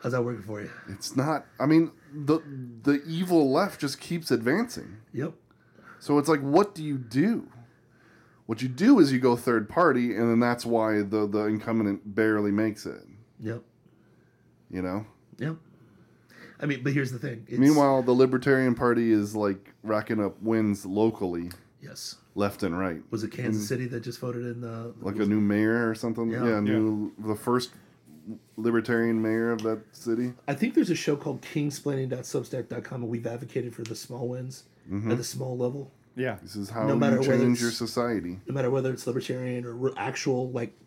How's that working for you? it's not i mean the the evil left just keeps advancing Yep. so it's like what do you do what you do is you go third party and then that's why the the incumbent barely makes it Yep. you know Yeah. I mean, but here's the thing. It's, meanwhile the libertarian party is like racking up wins locally yes, left and right was it Kansas City that just voted in? Uh, Mm. like a new mayor or something. Yeah, Yeah. new the first libertarian mayor of that city. I think there's a show called Kingsplaining.substack.com, and we've advocated for the small wins Mm-hmm. at the small level, Yeah. This is how No matter you whether change it's- your society. no matter whether it's libertarian or re- actual like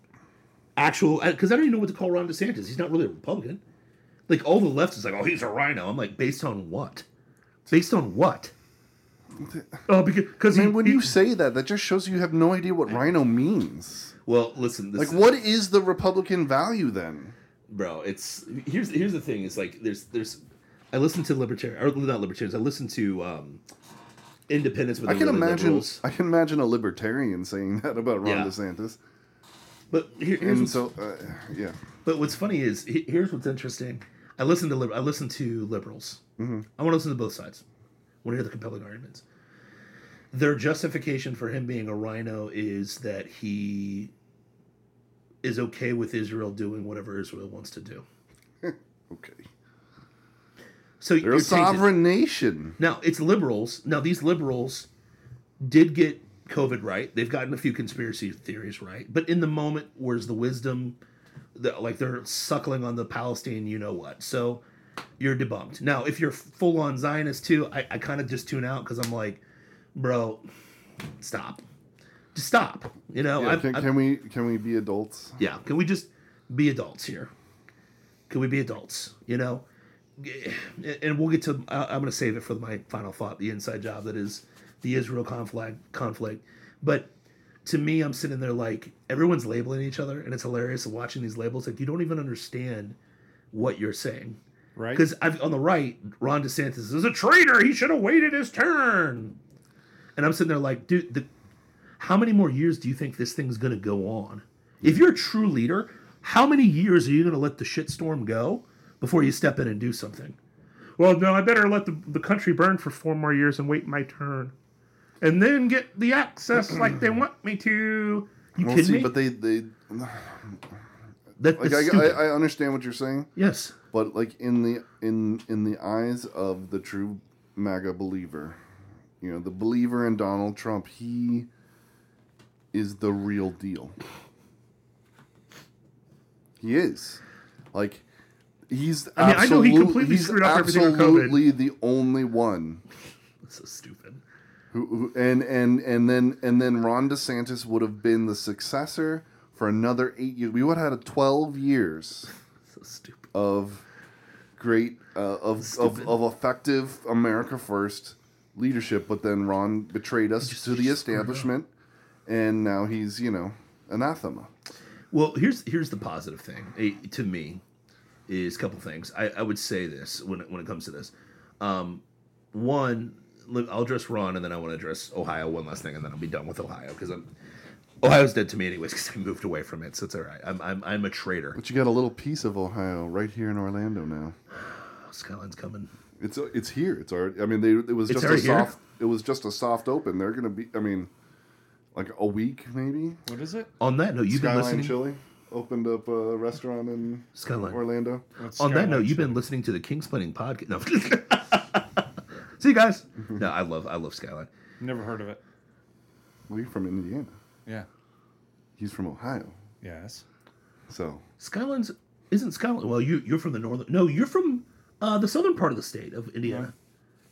actual. Because I don't even know what to call Ron DeSantis. He's not really a Republican. Like all the left is like, oh, he's a rhino. I'm like, based on what? Based on what? Oh, because because And when you say that, that just shows you have no idea what rhino means. well, listen, this Like, is- what is the Republican value then? bro it's here's here's the thing is like there's there's i listen to libertarian or not libertarians i listen to um independents with I can imagine. liberals. I can imagine a libertarian saying that about Ron Yeah. DeSantis. but here, here's And what's, so, uh, yeah, but what's funny is he- here's what's interesting i listen to liber- i listen to liberals Mm-hmm. i want to listen to both sides i want to hear the compelling arguments their justification for him being a rhino is that he is okay with israel doing whatever israel wants to do okay. so They're a sovereign nation. Now it's liberals. Now these liberals did get COVID right. They've gotten a few conspiracy theories right, but in the moment, where's the wisdom? The, like they're suckling on the Palestine, you know what? So you're debunked. Now, if you're full on Zionist too, I, I kind of just tune out because I'm like, bro, stop, just stop. You know, Yeah, I've- can, I've- can we can we be adults? yeah. Can we just be adults here? Can we be adults? You know, And- and we'll get to. I- I'm going to save it for my final thought, the inside job that is the Israel conflict. Conflict, but to me, I'm sitting there like everyone's labeling each other, and it's hilarious watching these labels. Like you don't even understand what you're saying right? because on the right, Ron DeSantis is a traitor. He should have waited his turn. And I'm sitting there like, dude, the, how many more years do you think this thing's gonna go on? If you're a true leader, how many years are you gonna let the shitstorm go before you step in and do something? Well, no, I better let the, the country burn for four more years and wait my turn, and then get the access like they want me to. You Well, kidding see, me? but they they That- like that's I, stupid. I, I understand what you're saying, yes, but like in the in in the eyes of the true MAGA believer, you know, the believer in Donald Trump, he is the real deal. He is, like, he's. I mean, I know he absolute- completely he's screwed up everything with COVID. Absolutely, the only one that's so stupid. who, who and and and then and then Ron DeSantis would have been the successor for another eight years. We would have had a twelve years So stupid. of great uh, of, of Stupid. of effective America first leadership, but then Ron betrayed us to the establishment, and now he's you know anathema. Well, here's here's the positive thing eh, to me is a couple things. I, I would say this when it, when it comes to this. Um, one, look, I'll address Ron, and then I want to address Ohio one last thing, and then I'll be done with Ohio because I'm Ohio's dead to me anyways because I moved away from it, so it's all right. I'm I'm, I'm a traitor. But you got a little piece of Ohio right here in Orlando now. Oh, Skyline's coming. It's it's here. It's already. I mean, they it was It's just a already here? soft. It was just a soft open. They're gonna be. I mean, like a week maybe. what is it? On that note, you've been Skyline listening. Chili opened up a restaurant in Skyline. Orlando. What's On that Skyline note, you've Chili? been listening to the King's Planning podcast. No. See you guys. No, I love I love Skyline. never heard of it. We're from Indiana. Yeah. He's from Ohio. Yes. So Skyline's isn't Skyline. Well, you you're from the northern. No, you're from uh, the southern part of the state of Indiana.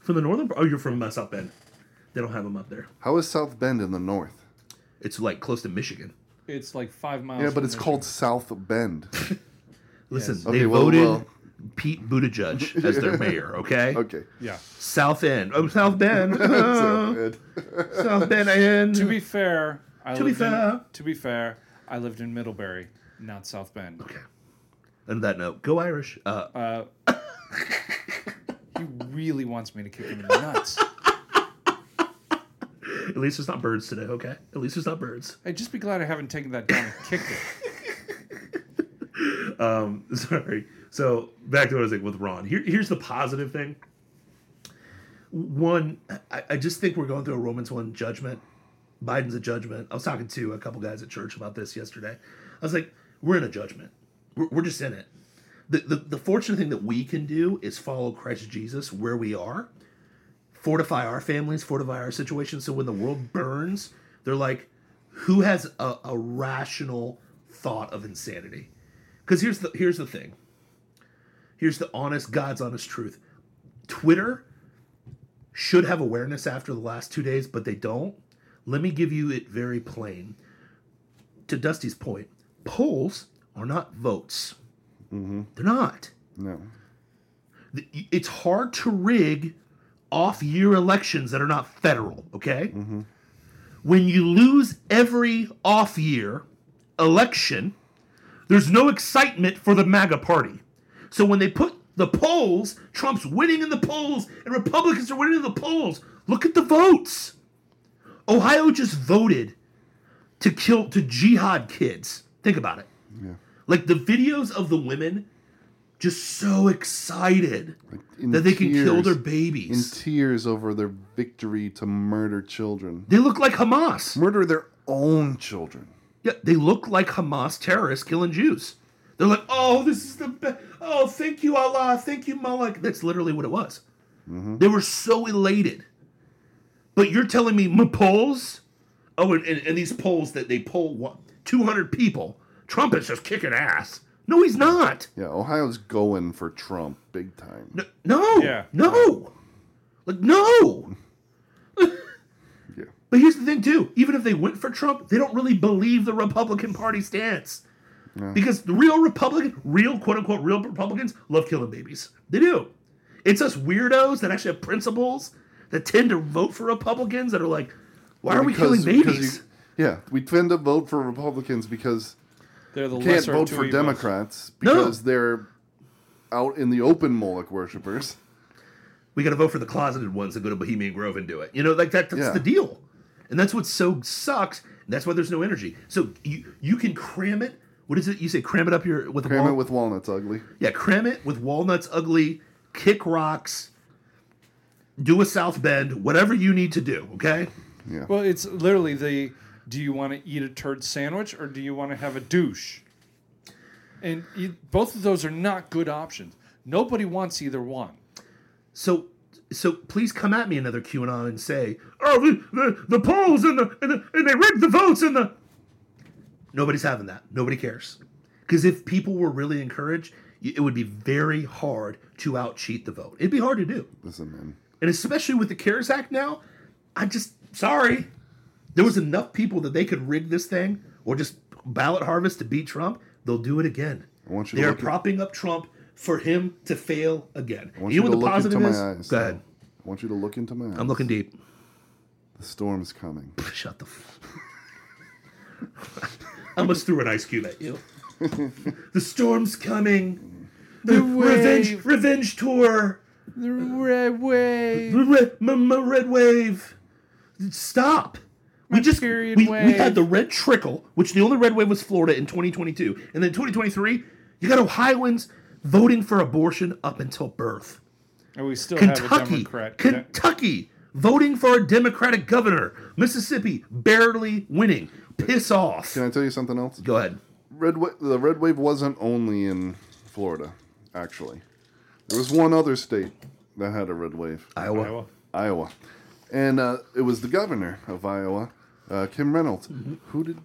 From the northern. part- Oh, you're from uh, South Bend. They don't have them up there. how is South Bend in the north? It's like close to Michigan. It's like five miles. Yeah, but from it's called Michigan. South Bend. Listen, Yes. they Okay, well, voted well. Pete Buttigieg as their mayor. Okay? Okay. Yeah. South End. Oh, South Bend. South Uh, Bend. South Bend. End. To be fair, I To be lived fair. In, to be fair, I lived in Middlebury, not South Bend. okay. On that note, go Irish. Uh, Uh, he really wants me to kick him in the nuts. at least it's not birds today. Okay. At least it's not birds. I'd just be glad I haven't taken that down and kicked it. um, sorry. So back to what I was like with Ron. Here, here's the positive thing. One, I, I just think we're going through a Romans one judgment. Biden's a judgment. I was talking to a couple guys at church about this yesterday. I was like, we're in a judgment. We're, we're just in it. The, the the fortunate thing that we can do is follow Christ Jesus where we are, fortify our families, fortify our situations. So when the world burns, they're like, who has a, a rational thought of insanity? because here's the here's the thing here's the honest god's honest truth twitter should have awareness after the last two days but they don't let me give you it very plain to dusty's point polls are not votes they're not No. Th- it's hard to rig off year elections that are not federal, okay? When you lose every off year election, there's no excitement for the MAGA party. So when they put the polls, Trump's winning in the polls and Republicans are winning in the polls. Look at the votes. Ohio just voted to kill to jihad kids. Think about it. Yeah. Like the videos of the women just so excited In that they can kill tears- their in babies. tears over their victory to murder children. they look like Hamas. Murder their own children. Yeah, they look like Hamas terrorists killing Jews. They're like, oh, this is the best. Oh, thank you, Allah. Thank you, Malak. That's literally what it was. They were so elated. But you're telling me my polls? Oh, and, and, and these polls that they poll what, 200 people. Trump is just kicking ass. No, he's not. Yeah, Ohio's going for Trump big time. N- No. Yeah. No. Like, no. Yeah. But here's the thing, too. Even if they went for Trump, they don't really believe the Republican Party stance. Because the real Republican, real quote unquote, real Republicans love killing babies. They do. It's us weirdos that actually have principles that tend to vote for Republicans that are like, why are we Because- killing because babies? you- Yeah, we tend to vote for Republicans because They're the can't lesser of vote two for evils. Democrats No. because they're out in the open Moloch worshippers. We got to vote for the closeted ones that go to Bohemian Grove and do it. You know, like that, that's Yeah. the deal. And that's what so sucks. And that's why there's no energy. So you you can cram it. What is it? You say cram it up your with a Cram wall- it with walnuts, ugly. Yeah, cram it with walnuts ugly, kick rocks, do a south bend, whatever you need to do, okay? Yeah. Well, it's literally the do you want to eat a turd sandwich or do you want to have a douche? And you, both of those are not good options. Nobody wants either one. So so please come at me another QAnon and say, "Oh, we, the, the polls and the, and the and they rigged the votes and the Nobody's having that. Nobody cares. Cuz if people were really encouraged, y- it would be very hard to out cheat the vote. It'd be hard to do. Listen, man. And especially with the CARES Act now, I just sorry. There was enough people that they could rig this thing or just ballot harvest to beat Trump. They'll do it again. I want you to They are look at- propping up Trump for him to fail again. I want you you, know to what the look positive into is? my eyes. Go ahead. I want you to look into my eyes. I'm looking deep. The storm's coming. Shut the. F- I almost threw an ice cube at you. the storm's Mm-hmm. coming. The revenge, wave. revenge tour. The red way. The red, m- m- red wave. Stop. We just period we, we wave. had the red trickle, which the only red wave was Florida in 2022, and then 2023, you got Ohioans voting for abortion up until birth. And we still have a Kentucky, Democrat. Kentucky voting for a Democratic governor. Mississippi barely winning. Piss off. Can I tell you something else? Go ahead. Red wa- the red wave wasn't only in Florida, actually. There was one other state that had a red wave, Iowa. Iowa. Iowa, and uh, it was the governor of Iowa, uh, Kim Reynolds. Mm-hmm. Who did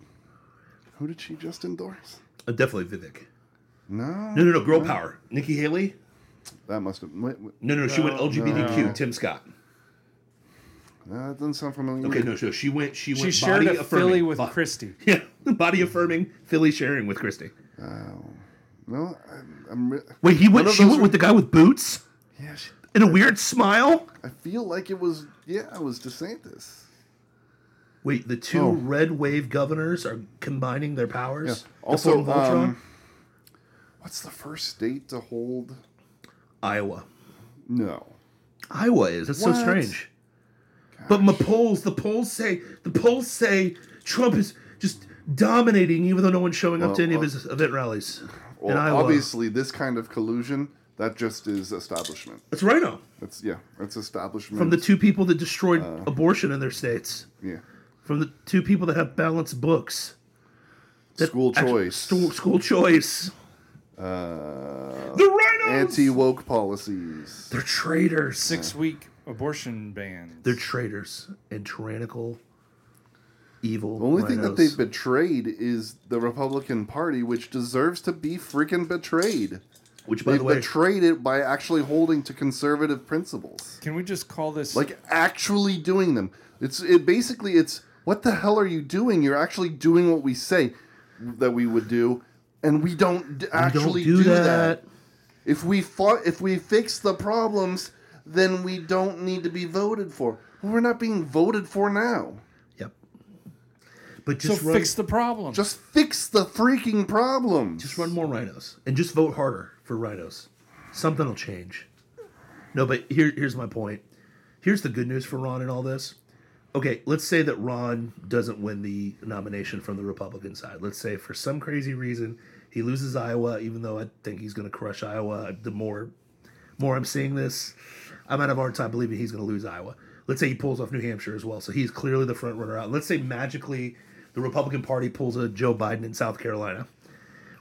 who did she just endorse? Uh, definitely Vivek. No, No, no, no. Girl power. Nikki Haley. that must have. Wait, wait, No, no, she went Oh, No. LGBTQ. Tim Scott. no, that doesn't sound familiar. Okay, no, so she went. She went. She shared body a affirming. Philly with Bo- Christie. Yeah, body affirming Philly sharing with Christie. no, I'm. I'm re- Wait, he None went. of She those went are- with the guy with boots yeah, she, and a weird smile. I feel like it was. Yeah, it was DeSantis. Wait, the two Oh. red wave governors are combining their powers. to Also, form Voltron? um, what's the first state to hold? Iowa. No, Iowa is. That's What? so strange. But my polls, the polls say, the polls say Trump is just dominating, even though no one's showing up to Well, any well- of his event rallies in Well, Iowa. obviously, this kind of collusion that just is establishment. That's Rhino That's yeah, that's establishment. from the two people that destroyed abortion in their states, yeah, from the two people that have balanced books, That school act- choice, sto- school choice. uh, The Rhinos. anti woke policies. They're traitors. Six week abortion ban. They're traitors and tyrannical, evil. The only thing that they've betrayed is the Republican Party, which deserves to be freaking betrayed. which by They the way, betrayed it by actually holding to conservative principles, Can we just call this like actually doing them. It's it basically it's what the hell are you doing? You're actually doing what we say that we would do, and we don't d- we don't actually do, that. that. If we fought, if we fix the problems, then we don't need to be voted for. Well, we're not being voted for now. Yep. But so just run, fix the problem? Just fix the freaking problem. just run more rhinos and just vote harder for rhinos. Something will change. No, but here, here's my point. Here's the good news for Ron in all this. Okay, let's say that Ron doesn't win the nomination from the Republican side. Let's say for some crazy reason he loses Iowa, even though I think he's going to crush Iowa. The more, more I'm seeing this, I'm out of hard time believing he's going to lose Iowa. Let's say he pulls off New Hampshire as well, so he's clearly the front runner out. Let's say magically the Republican Party pulls a Joe Biden in South Carolina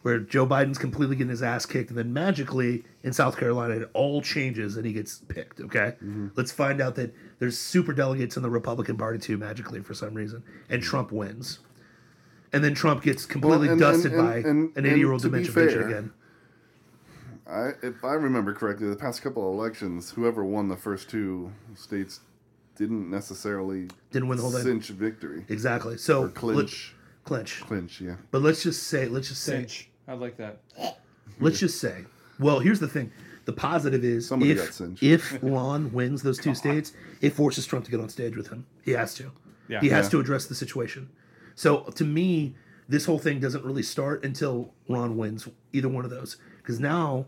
where Joe Biden's completely getting his ass kicked, and then magically in South Carolina it all changes and he gets picked. Okay, Mm-hmm. let's find out that there's super delegates in the Republican Party too magically for some reason, and Trump wins, and then Trump gets completely Well, and- dusted and- by and- and- an and eighty-year-old to be dementia patient fair, again. I, if I remember correctly, the past couple of elections, whoever won the first two states didn't necessarily Didn't win the whole thing. cinch victory. Exactly. So let- Clinch, clinch. clinch, yeah. But let's just say, let's just say, Cinch. I like that. let's just say. Well, here's the thing. The positive is Somebody got if, cinched. if Ron wins those two states, it forces Trump to get on stage with him. He has to. Yeah. He has Yeah. to address the situation. So to me, this whole thing doesn't really start until Ron wins either one of those because now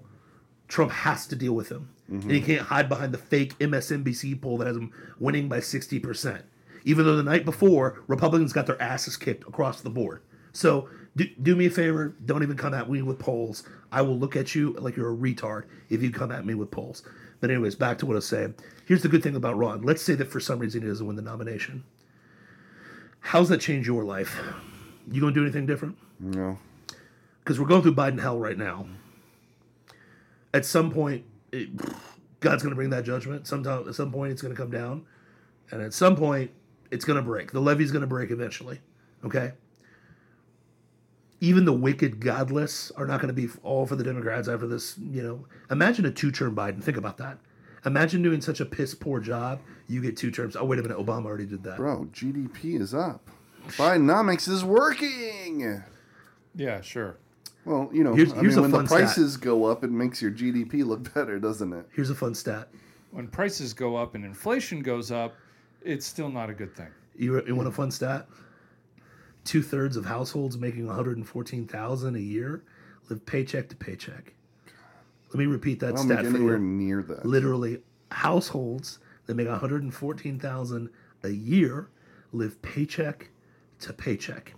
Trump has to deal with him, and he can't hide behind the fake MSNBC poll that has him winning by sixty percent. Even though the night before Republicans got their asses kicked across the board. So do, do me a favor, don't even come at me with polls. I will look at you like you're a retard if you come at me with polls. But anyways, back to what I was saying. Here's the good thing about Ron. Let's say that for some reason he doesn't win the nomination. How's that change your life? You gonna do anything different? No. Because we're going through Biden hell right now. At some point, it, God's gonna bring that judgment. Sometime at some point, it's gonna come down, and at some point, it's gonna break. The levee's gonna break eventually. Okay. Even the wicked godless are not gonna be all for the Democrats after this. You know, imagine a two-term Biden. Think about that. Imagine doing such a piss poor job. You get two terms. Oh wait a minute, Obama already did that. Bro, GDP is up. Binomics is working. Yeah, sure. Well, you know, Here's- I here's mean, a when the fun stat. prices go up, it makes your GDP look better, doesn't it? Here's a fun stat. When prices go up and inflation goes up, it's still not a good thing. You, you want a fun stat? Two thirds of households making one hundred and fourteen thousand a year live paycheck to paycheck. Let me repeat that I don't make stat for anywhere you. near that. Literally, households that make one hundred and fourteen thousand a year live paycheck to paycheck.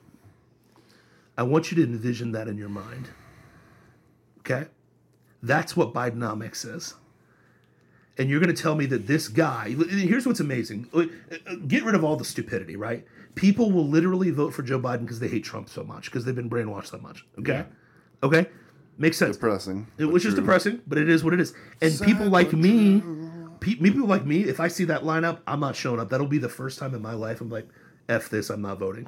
I want you to envision that in your mind. Okay, that's what Bidenomics is. and you're going to tell me that this guy here's what's amazing uh, get rid of all the stupidity right people will literally vote for joe biden because they hate trump so much because they've been brainwashed so much okay okay makes sense Depressing. it, but which is true. depressing but it is what it is and people like me pe- me people like me if i see that lineup i'm not showing up that'll be the first time in my life i'm like f this i'm not voting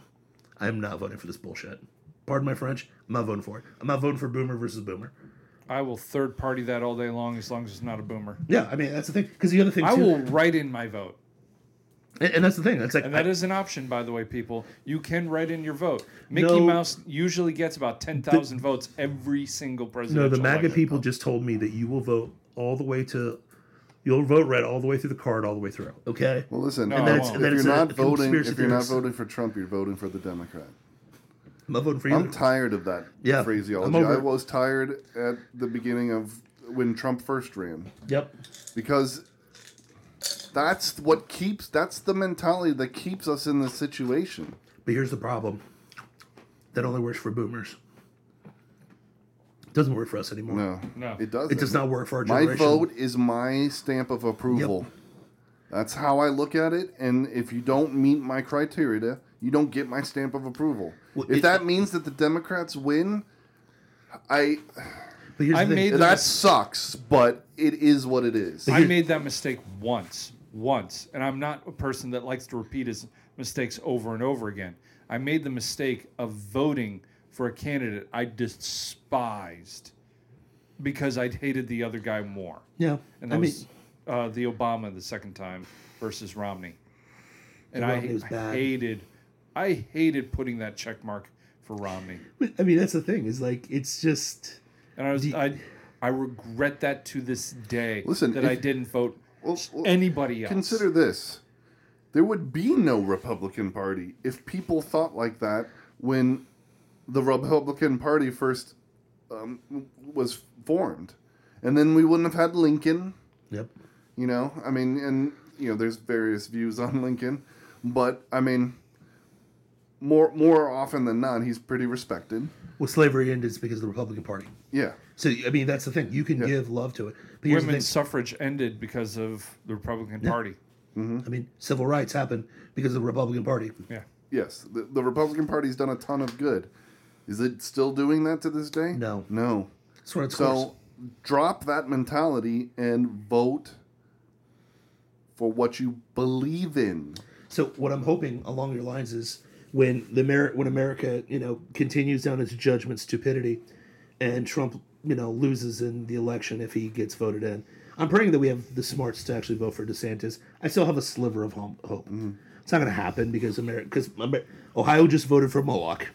i'm not voting for this bullshit pardon my french i'm not voting for it i'm not voting for boomer versus boomer I will third party that all day long as long as it's not a boomer. yeah i mean that's the thing because the other thing I too will write in my vote. and, and that's the thing that's like And that I- is an option, by the way, people. You can write in your vote. No. Mickey Mouse usually gets about 10,000 votes every single No, presidential the MAGA election. people just told me that you will vote all the way to, you'll vote red all the way through the card, all the way through. Okay. Well, listen. And then if- it's- if then you're it's a not voting, conspiracy if you're not theorist. voting for Trump, you're voting for the Democrat. I'm not voting for I'm you. tired of that Yeah, phraseology. I'm over I it. was tired at the beginning of when Trump first ran Yep. because that's what keeps that's the mentality that keeps us in this situation. But here's the problem. That only works for boomers. Doesn't work for us anymore. No, No. it doesn't. It does not work for our My generation. vote is my stamp of approval. That's how I look at it. And if you don't meet my criteria, you don't get my stamp of approval. Well, if it- that means that the Democrats win, I But here's I the thing. made- that sucks, but it is what it is. I made that mistake once, once, and I'm not a person that likes to repeat his mistakes over and over again. I made the mistake of voting for a candidate I despised because I hated the other guy more, yeah. and I that mean, was uh, the Obama the second time versus Romney, and I, Romney was bad. hated, I hated putting that check mark for Romney, I mean, that's the thing is like, it's just, and I was Do- I, I regret that to this day. Listen, that if- I didn't vote Well, well, anybody else. Consider this. There would be no Republican Party if people thought like that when the Republican Party first um, was formed. And then we wouldn't have had Lincoln, yep. you know? I mean, and, you know, there's various views on Lincoln, but, I mean, more more often than not, he's pretty respected. Well, slavery ended because of the Republican Party. Yeah. So, I mean, that's the thing. You can give love to it. But here's the thing. women's suffrage ended because of the Republican Party. I mean, civil rights happened because of the Republican Party. Yeah. Yes. The, the Republican Party's done a ton of good. Is it still doing that to this day? No. No. That's what it's So drop that mentality and vote for what you believe in. So what I'm hoping along your lines is when the Amer- when America you know continues down its judgment stupidity, and Trump you know loses in the election if he gets voted in. I'm praying that we have the smarts to actually vote for DeSantis. I still have a sliver of hom- hope. Mm-hmm. It's not going to happen because America because Amer- Ohio just voted for Moloch.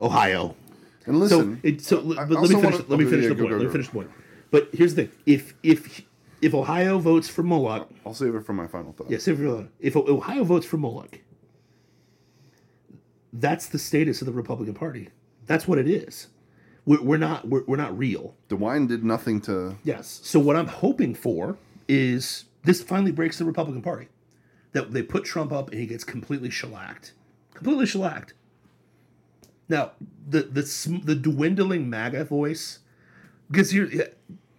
Ohio. And Mm-hmm. listen, So it, so l- but let also me finish. wanna- let me okay, finish yeah, the go, point. go, Let me go. finish the point. But here's the thing: if if if Ohio votes for Moloch, I'll uh, save it for my final thought. Yes, if, you're- if Ohio votes for Moloch, that's the status of the Republican Party. That's what it is. We're, we're not we're, we're not real. DeWine did nothing to. Yes. So what I'm hoping for is this finally breaks the Republican Party. That they put Trump up and he gets completely shellacked, completely shellacked. Now the the sm- the dwindling MAGA voice, because you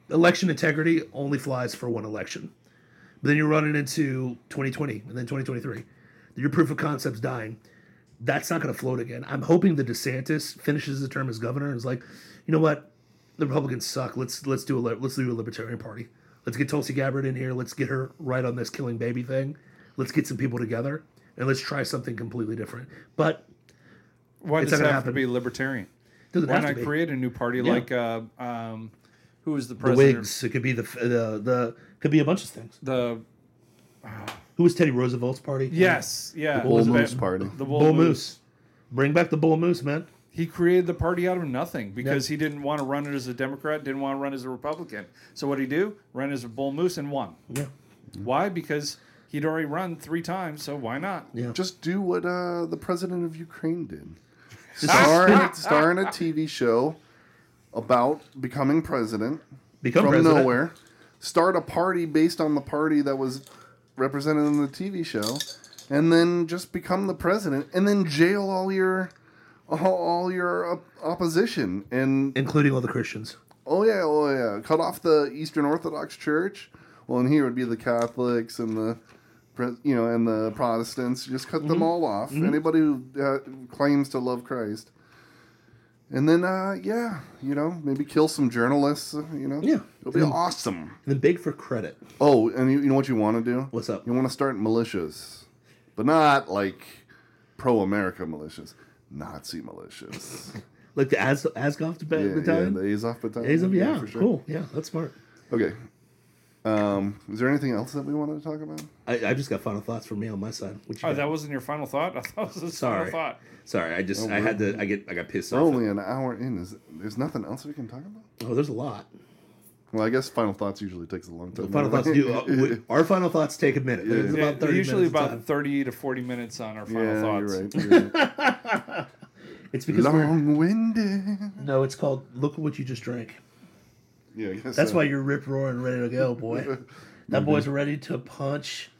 election integrity only flies for one election, but then you're running into 2020 and then 2023. Your proof of concept's dying. That's not going to float again. I'm hoping the DeSantis finishes the term as governor and is like, you know what, the Republicans suck. Let's let's do a li- let's do a Libertarian Party. Let's get Tulsi Gabbard in here. Let's get her right on this killing baby thing. Let's get some people together and let's try something completely different. But Why It's does it not have gonna to be libertarian? it doesn't Why have to not be. create a new party like uh, um, who is the the president? Whigs. It could be the f- the the could be a bunch of things. The Who was Teddy Roosevelt's party? yes, yeah, Bull was it- Moose Party. The Bull, Moose. Bull, Moose. Bring back the Bull Moose, man. He created the party out of nothing because he didn't want to run it as a Democrat, didn't want to run as a Republican. So what did he do? Ran as a Bull Moose and won. Yeah. Why? Because he'd already run three times, so why not? Just do what uh, the president of Ukraine did. Star in, a, star in a TV show about becoming president Become from president. nowhere. Start a party based on the party that was represented in the TV show, and then just become the president, and then jail all your all, all your op- opposition, and including all the Christians. oh yeah, oh yeah, cut off the Eastern Orthodox Church. Well, and here would be the Catholics and the, pre- you know, and the Protestants. Just cut Mm-hmm. them all off. Anybody who uh, claims to love Christ, and then uh, yeah, you know, maybe kill some journalists. uh, You know, Yeah. Mm. it'll be awesome. And then beg for credit. Oh, and you, you know what you want to do? What's up? You want to start militias, but not like pro-America militias, Nazi militias. Like the Az- Azov yeah, yeah, battalion. the Azov battalion. Azov, yeah, for sure. cool. Yeah, that's smart. Okay. Um, is there anything else that we wanted to talk about? I, I just got final thoughts from me on my side. What you Oh, got? that wasn't your final thought. I thought it was his Sorry. final thought. Sorry, I just I had to I get I got pissed We're off. only an hour in. Is there's nothing else we can talk about? Oh, there's a lot. Well, I guess final thoughts usually takes a long time. Final thoughts do uh, we- our final thoughts take a minute. It's Yeah, about thirty usually minutes of about time. thirty to forty minutes on our final yeah, thoughts. you're right. You're right. It's because we're, Long-winded. no, it's called look at what you just drank. Yeah, I guess That's so. Mm-hmm. why you're rip roaring, ready to go, boy. that boy's ready to punch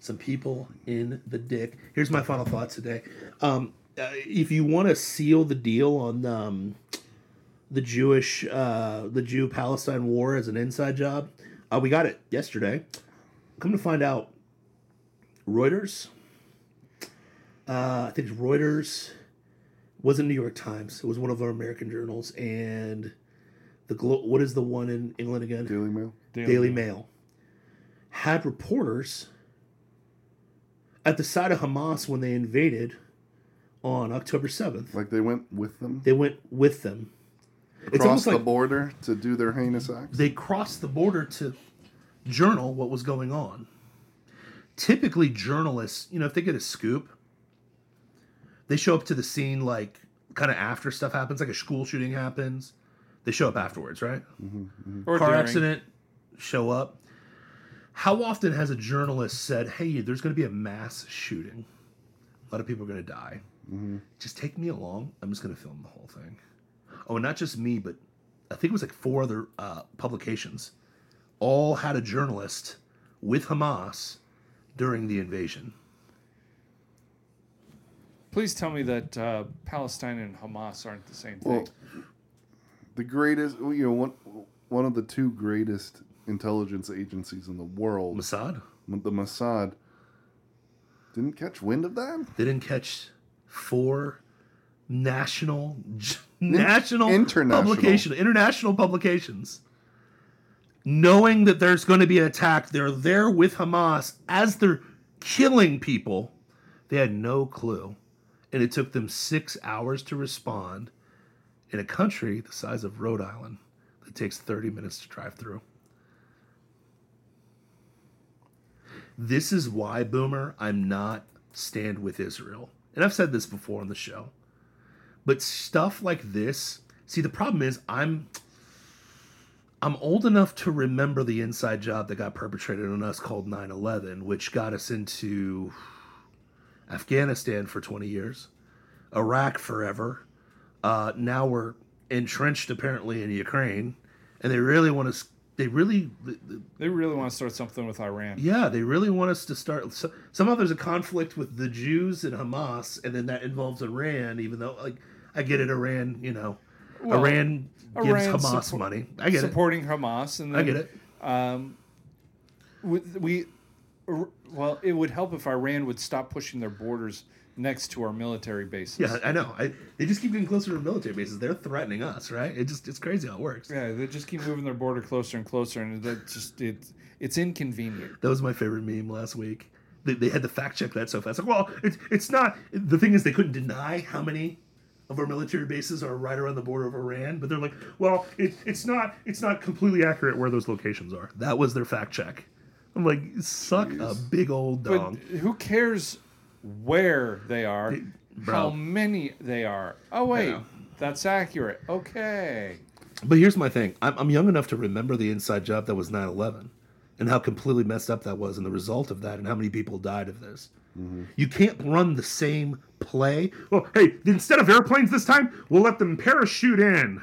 some people in the dick. Here's my final thoughts today. Um, uh, if you want to seal the deal on um, the Jewish, uh, the Jew Palestine war as an inside job, uh, we got it yesterday. Come to find out, Reuters. Uh, I think it's Reuters. Wasn't New York Times. It was one of our American journals and the Glo- what is the one in England again? Daily Mail. Daily, Daily Mail had reporters at the side of Hamas when they invaded on October 7th. Like they went with them They went with them. It's across almost the like border to do their heinous acts. they crossed the border to journal what was going on. Typically, journalists, you know, if they get a scoop, they show up to the scene like kind of after stuff happens, like a school shooting happens. They show up afterwards, right? Or car during. accident, show up. How often has a journalist said, "Hey, there's going to be a mass shooting. A lot of people are going to die. Just take me along. I'm just going to film the whole thing." Oh, and not just me, but I think it was like four other uh, publications, all had a journalist with Hamas during the invasion. Please tell me that uh, Palestine and Hamas aren't the same thing. Well, the greatest, you know, one one of the two greatest intelligence agencies in the world, Mossad, the Mossad, didn't catch wind of that. they didn't catch four national national international. publication international publications knowing that there's going to be an attack they're there with hamas as they're killing people they had no clue and it took them six hours to respond in a country the size of rhode island that takes 30 minutes to drive through this is why boomer i'm not stand with israel and i've said this before on the show but stuff like this see the problem is i'm i'm old enough to remember the inside job that got perpetrated on us called 9-11 which got us into afghanistan for 20 years Iraq forever. Uh, now we're entrenched apparently in Ukraine, and they really want us. They really, th- th- They really want to start something with Iran. yeah, they really want us to start. So, somehow there's a conflict with the Jews and Hamas, and then that involves Iran. Even though, like, I get it, Iran. You know, Well, Iran gives Iran Hamas support- money. I get it. supporting Hamas, and then, I get it. Um, we, we, Ir- well, it would help if Iran would stop pushing their borders next to our military bases. Yeah, I know. I, they just keep getting closer to military bases. They're threatening us, right? It just it's crazy how it works. Yeah, they just keep moving their border closer and closer, and that just it, it's inconvenient. That was my favorite meme last week. They, they had to fact check that so fast. Like, well, it's it's not. The thing is, they couldn't deny how many of our military bases are right around the border of Iran. But they're like, well, it, it's not it's not completely accurate where those locations are. That was their fact check. I'm like, suck a big old But dong. who cares where they are, bro. how many they are? Oh wait, know. that's accurate. Okay. But here's my thing. I'm, I'm young enough to remember the inside job that was 9 11 and how completely messed up that was and the result of that and how many people died of this. You can't run the same play. Well, hey, instead of airplanes this time, we'll let them parachute in.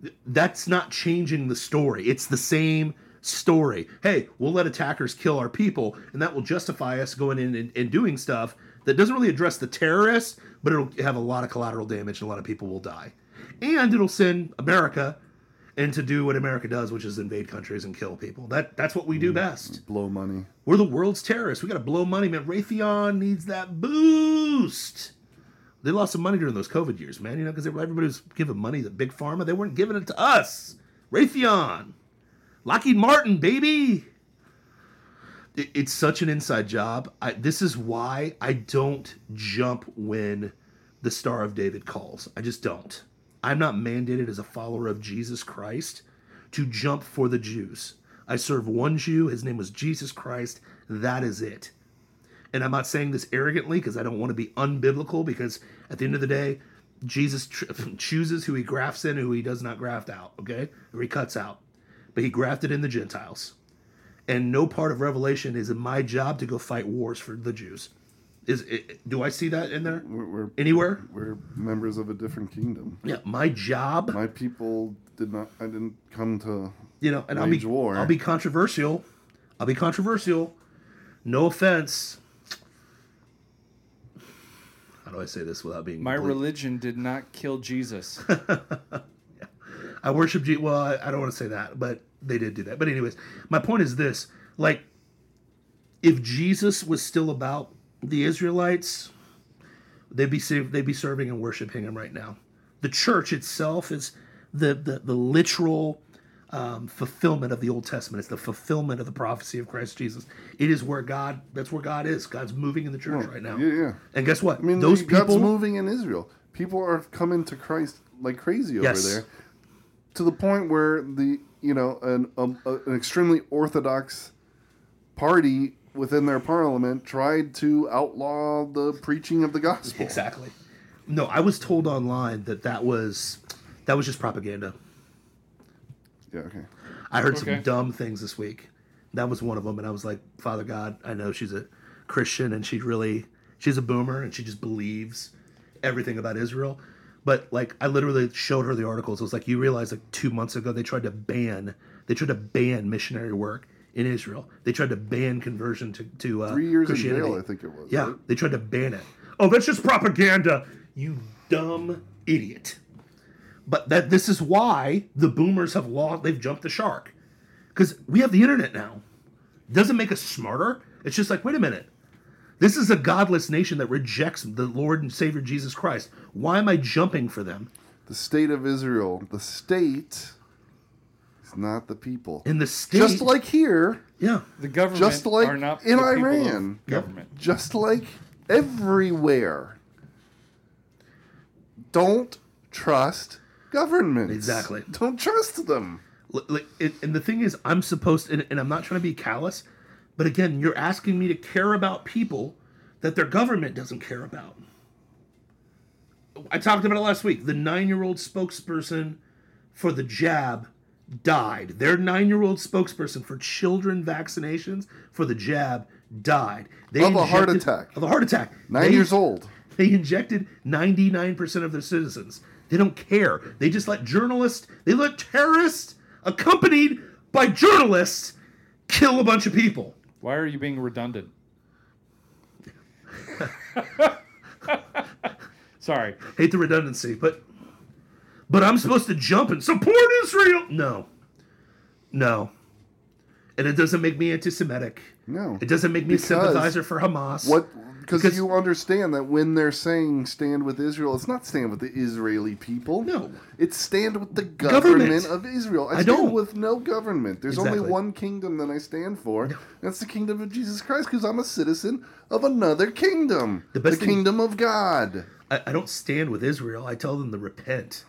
Th- That's not changing the story. It's the same story. Hey, we'll let attackers kill our people, and that will justify us going in and, and doing stuff that doesn't really address the terrorists, but it'll have a lot of collateral damage and a lot of people will die. And it'll send America into do what America does, which is invade countries and kill people. That that's what we do best. Blow money. We're the world's terrorists. We got to blow money, man. Raytheon needs that boost. They lost some money during those COVID years, man. You know, because everybody was giving money to big pharma. They weren't giving it to us. Raytheon, Lockheed Martin, baby. It- it's such an inside job. I, this is why I don't jump when the Star of David calls. I just don't. I'm not mandated as a follower of Jesus Christ to jump for the Jews. I serve one Jew. His name was Jesus Christ. That is it. And I'm not saying this arrogantly because I don't want to be unbiblical, because at the end of the day, Jesus tr- chooses who he grafts in and who he does not graft out, okay? Or he cuts out. But he grafted in the Gentiles. And no part of Revelation is in my job to go fight wars for the Jews. Is it, do I see that in there We're, we're anywhere? we're members of a different kingdom. Yeah, my job. My people did not. I didn't come to. you know, and I'll be wage war. I'll be controversial. I'll be controversial. No offense. How do I say this without being? My complete- religion did not kill Jesus. I worship Jesus. Well, I, I don't want to say that, but they did do that. But anyways, my point is this: like, if Jesus was still about the Israelites, they'd be sa- they'd be serving and worshiping him right now. The church itself is the the, the literal um, fulfillment of the Old Testament. It's the fulfillment of the prophecy of Christ Jesus. It is where God. That's where God is. God's moving in the church right now. Yeah, yeah. And guess what? I mean, those God's people. moving in Israel. People are coming to Christ like crazy over Yes. there, to the point where the you know an um, uh, an extremely orthodox party within their parliament tried to outlaw the preaching of the gospel. Exactly. No, I was told online that that was that was just propaganda. Yeah. Okay. I heard Okay. some dumb things this week. That was one of them, and I was like, Father God, I know she's a Christian and she really she's a boomer and she just believes everything about Israel. But like, I literally showed her the articles. I was like, you realize like two months ago they tried to ban they tried to ban missionary work in Israel. They tried to ban conversion to to uh, Three years in Christianity. jail, I think it was. Yeah, right? they tried to ban it. Oh, that's just propaganda, you dumb idiot. But that this is why the boomers have lost. They've jumped the shark because we have the internet now. Doesn't make us smarter. It's just like, wait a minute. This is a godless nation that rejects the Lord and Savior Jesus Christ. Why am I jumping for them? The state of Israel. The state is not the people. In the state, Just like here. yeah, The government Just like are not in the people of Iran. Government. just like everywhere. Don't trust governments. Exactly. Don't trust them. L- like it, and the thing is i'm supposed and, and i'm not trying to be callous but again you're asking me to care about people that their government doesn't care about i talked about it last week the nine-year-old spokesperson for the jab died their nine-year-old spokesperson for children vaccinations for the jab died they Of a heart injected- attack. of a heart attack Nine They- years old. they They injected 99% of their citizens. They don't care. They just let journalists, they let terrorists accompanied by journalists kill a bunch of people. Why are you being redundant? Sorry. Hate the redundancy, but but I'm supposed to jump and support Israel. No. No. And it doesn't make me anti-Semitic. No. It doesn't make me a Because- sympathizer for Hamas. What? Because Because- you understand that when they're saying stand with Israel, it's not stand with the Israeli people. No. It's stand with the government, Government. of Israel. I, I stand don't. with no government. There's only Exactly. one kingdom that I stand for. and That's the kingdom of Jesus Christ because I'm a citizen of another kingdom. The, The best thing- kingdom of God. I, I don't stand with Israel. I tell them to repent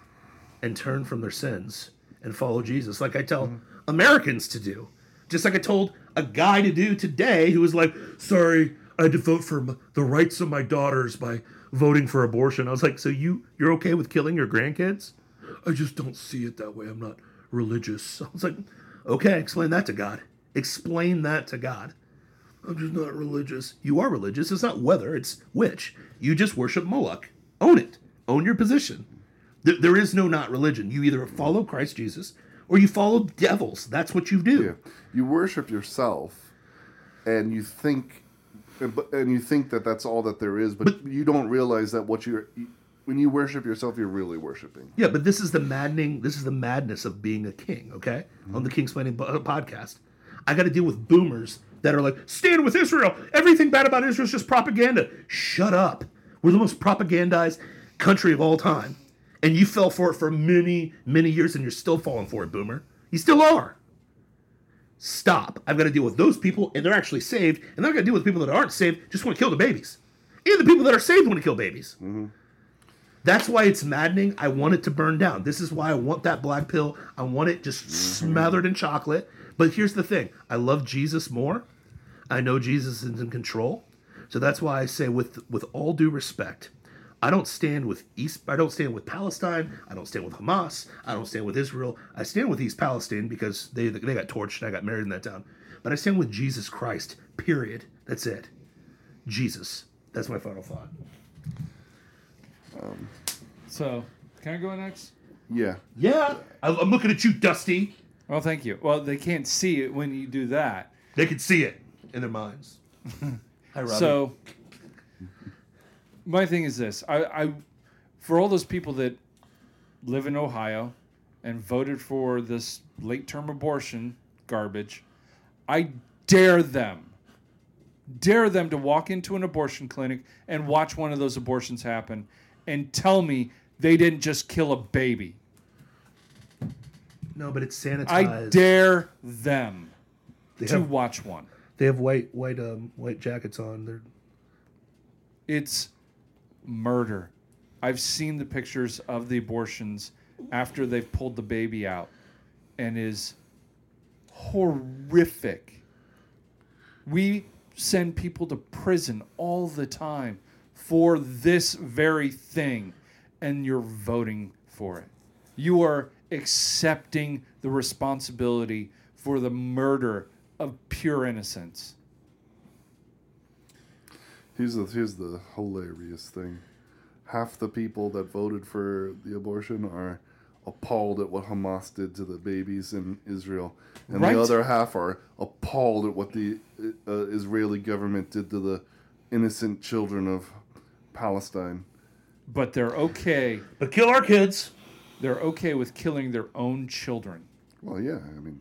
and turn from their sins and follow Jesus, like I tell Americans to do. Just like I told a guy to do today who was like, sorry, I had to vote for m- the rights of my daughters by voting for abortion. I was like, so you, you're okay with killing your grandkids? I just don't see it that way. I'm not religious. I was like, okay, explain that to God. Explain that to God. I'm just not religious. You are religious. It's not whether, it's which. You just worship Moloch. Own it. Own your position. There, there is no not religion. You either follow Christ Jesus or you follow devils. That's what you do. Yeah. You worship yourself, and you think, and you think that that's all that there is, but, you don't realize that what you're when you worship yourself, you're really worshiping. Yeah, but this is the maddening. This is the madness of being a king. Okay, on the King's Planning bo- podcast, I got to deal with boomers that are like, "Stand with Israel. Everything bad about Israel is just propaganda." Shut up. We're the most propagandized country of all time, and you fell for it for many, many years, and you're still falling for it, boomer. You still are. Stop. I've got to deal with those people, and they're actually saved, and I've got to deal with people that aren't saved, just want to kill the babies, and the people that are saved want to kill babies. That's why it's maddening. I want it to burn down. This is why I want that black pill. I want it just smothered in chocolate. But here's the thing I love Jesus more. I know Jesus is in control. So that's why I say, with, with all due respect, I don't stand with East. I don't stand with Palestine. I don't stand with Hamas. I don't stand with Israel. I stand with East Palestine because they they got torched. and I got married in that town. But I stand with Jesus Christ. Period. That's it. Jesus. That's my final thought. So, can I go next? Yeah. Yeah, I, I'm looking at you, Dusty. Oh, thank you. Well, they can't see it when you do that. They can see it in their minds. Hi, Robbie. So my thing is this: I, I, for all those people that live in Ohio and voted for this late-term abortion garbage, I dare them, dare them to walk into an abortion clinic and watch one of those abortions happen, and tell me they didn't just kill a baby. no, but it's I sanitized. dare them they, to have, watch one. they have white white um white jackets on. They're it's murder. I've seen the pictures of the abortions after they've pulled the baby out and is horrific. We send people to prison all the time for this very thing and you're voting for it. You are accepting the responsibility for the murder of pure innocence. Here's the here's the hilarious thing. Half the people that voted for the abortion are appalled at what Hamas did to the babies in Israel, and Right. the other half are appalled at what the uh, Israeli government did to the innocent children of Palestine. But they're okay but kill our kids. they're okay with killing their own children Well, yeah, I mean,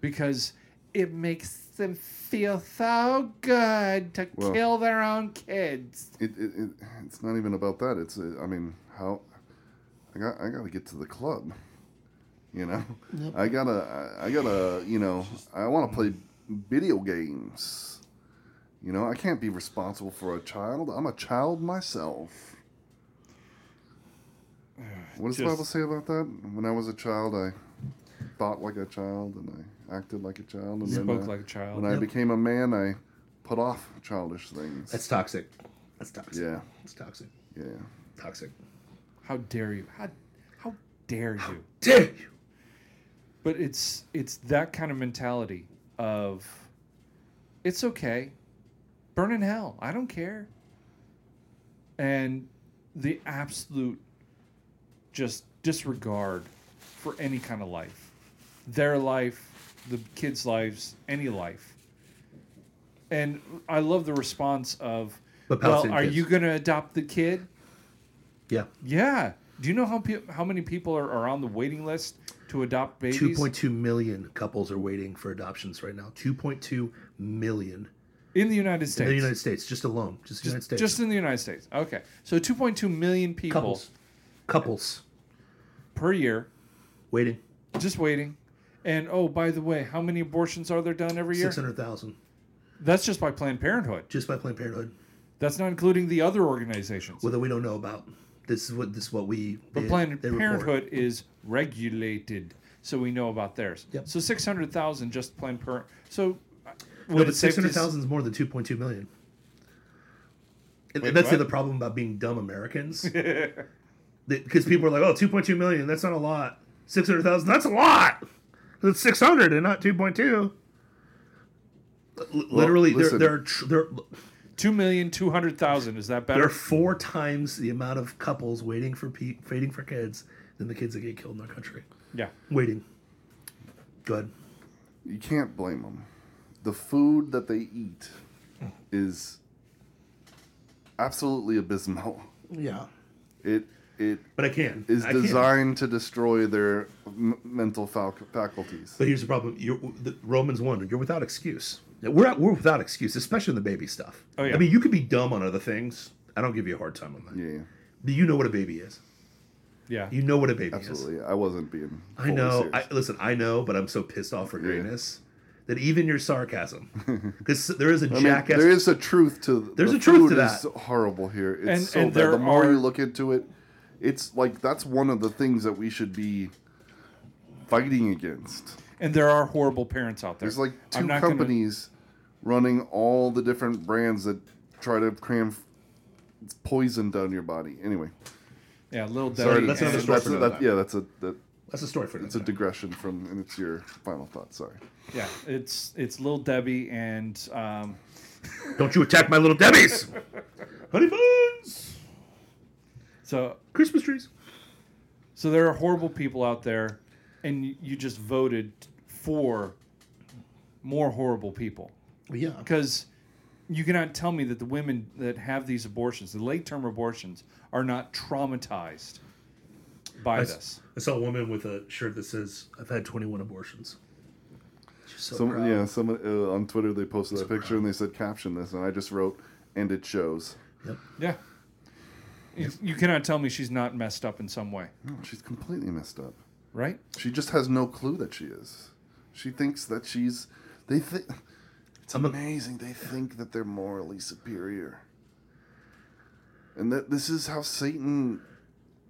because it makes them feel so good to Well- kill their own kids. it, it, it it's not even about that. It's uh, I mean, how I got I got to get to the club. You know, I gotta, I, I gotta, you know, I want to play video games. You know, I can't be responsible for a child. I'm a child myself. What does the Just- Bible say about that? When I was a child, I thought like a child and I acted like a child. And then, Spoke uh, like a child. When I became a man, I put off childish things. That's toxic. That's toxic. yeah, It's toxic. yeah. Toxic. how dare you? How how dare you? Dare you? But it's it's that kind of mentality of it's okay. Burn in hell. I don't care. and the absolute just disregard for any kind of life their life the kids lives any life and i love the response of But well Palestinian are kids." you going to adopt the kid Yeah. yeah do you know how pe- how many people are, are on the waiting list to adopt babies 2.2 million couples are waiting for adoptions right now. 2.2 million in the united states in the United States, just alone, just, the United States. just in the united states okay so 2.2 million people couples, couples per year waiting just waiting. And oh, by the way, how many abortions are there done every year? 600,000 That's just by Planned Parenthood. just by Planned Parenthood. That's not including the other organizations. Well, that we don't know about. This is what this is what we. but they- Planned they report. Parenthood is regulated, so we know about theirs. Yep. So six hundred thousand just Planned Parenthood. So uh, would No, it but six safe to hundred s- thousand is more than two point two million. And Wait, that's the what? other problem about being dumb Americans, because people are like, "Oh, 2.2 million, that's not a lot. Six hundred thousand, that's a lot. That's six hundred and not two point two. Literally, there, listen. there are tr- there two million two hundred thousand? Is that there better? are four times the amount of couples waiting for pe- waiting for kids than the kids that get killed in our country. yeah. Waiting. Go ahead. You can't blame them. The food that they eat is absolutely abysmal. Yeah, It it but I can. is I can. designed to destroy their m- mental fac faculties. But here's the problem: you're, the Romans one. You're without excuse. We're we're without excuse, especially in the baby stuff. Oh, yeah. I mean, you could be dumb on other things. I don't give you a hard time on that. Yeah, But you know what a baby is. Yeah. You know what a baby is. absolutely. I wasn't being. I fully know. I, serious. listen, I know, but I'm so pissed off for greatness that even your sarcasm, because there is a I mean, jackass. there is a truth to There's the a truth food to that. is horrible here. It's And- so and bad. there The more are- you look into it, it's like that's one of the things that we should be fighting against. And there are horrible parents out there. There's like I'm two not gonna- companies running all the different brands that try to cram f- poison down your body. Anyway, yeah, little Debbie. sorry. to- that's another and- story that's for a- another that- time. yeah, that's a that, That's a story for it's a another time. digression from, and it's your final thought. Sorry. Yeah, it's it's little Debbie and um, Don't you attack my little debbies, honey buns, so Christmas trees. So there are horrible people out there, and you- you just voted for more horrible people Yeah, because you cannot tell me that the women that have these abortions, the late-term abortions, are not traumatized by I, this. s- I saw a woman with a shirt that says, "I've had 21 abortions." She's so Some proud. yeah, someone uh, on Twitter they posted that picture and they said caption this, and I just wrote, and it shows. Yep. Yeah. You, you cannot tell me she's not messed up in some way, No, Oh, she's completely messed up. right? She just has no clue that she is. She thinks that she's. They think it's I'm a- amazing. They think that they're morally superior, and that this is how Satan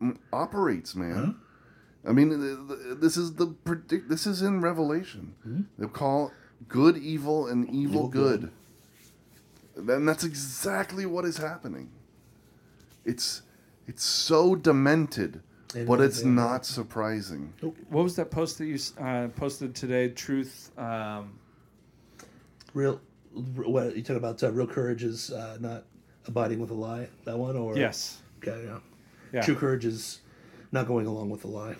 mm, operates, man. I mean, th- th- this is the predict. This is in Revelation. They call good evil and evil, Hmm? Evil good. good. Then that's exactly what is happening. It's it's so demented, It but is, it's yeah. not surprising. What was that post that you s- uh, posted today? Truth. Um, Real, r- what you talking about? Uh, real courage is uh, not abiding with a lie. That one, or yes. okay, yeah. Yeah. True courage is not going along with the lie.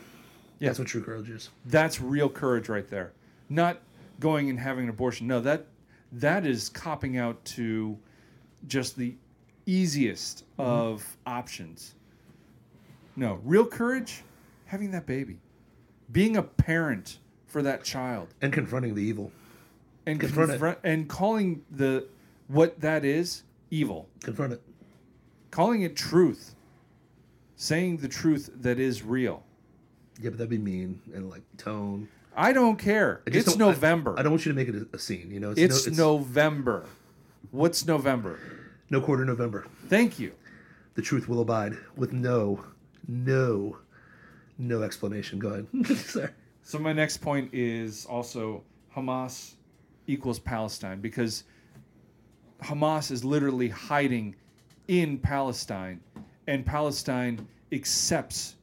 Yeah. That's what true courage is. That's real courage right there. Not going and having an abortion. No, that that is copping out to just the easiest Mm-hmm. of options. No, real courage, having that baby, being a parent for that child, And confronting the evil, and Confront it. confront and calling the what that is evil, confront it. calling it truth, saying the truth that is real. Yeah, but that'd be mean and like tone. I don't care. I just it's don't- I- November. I, don't want you to make it a, a scene. You know, it's, It's, no, November. What's November? it's no quarter November. Thank you. the truth will abide with no, no, no explanation. Go ahead. Sorry. So my next point is also Hamas equals Palestine because Hamas is literally hiding in Palestine and Palestine accepts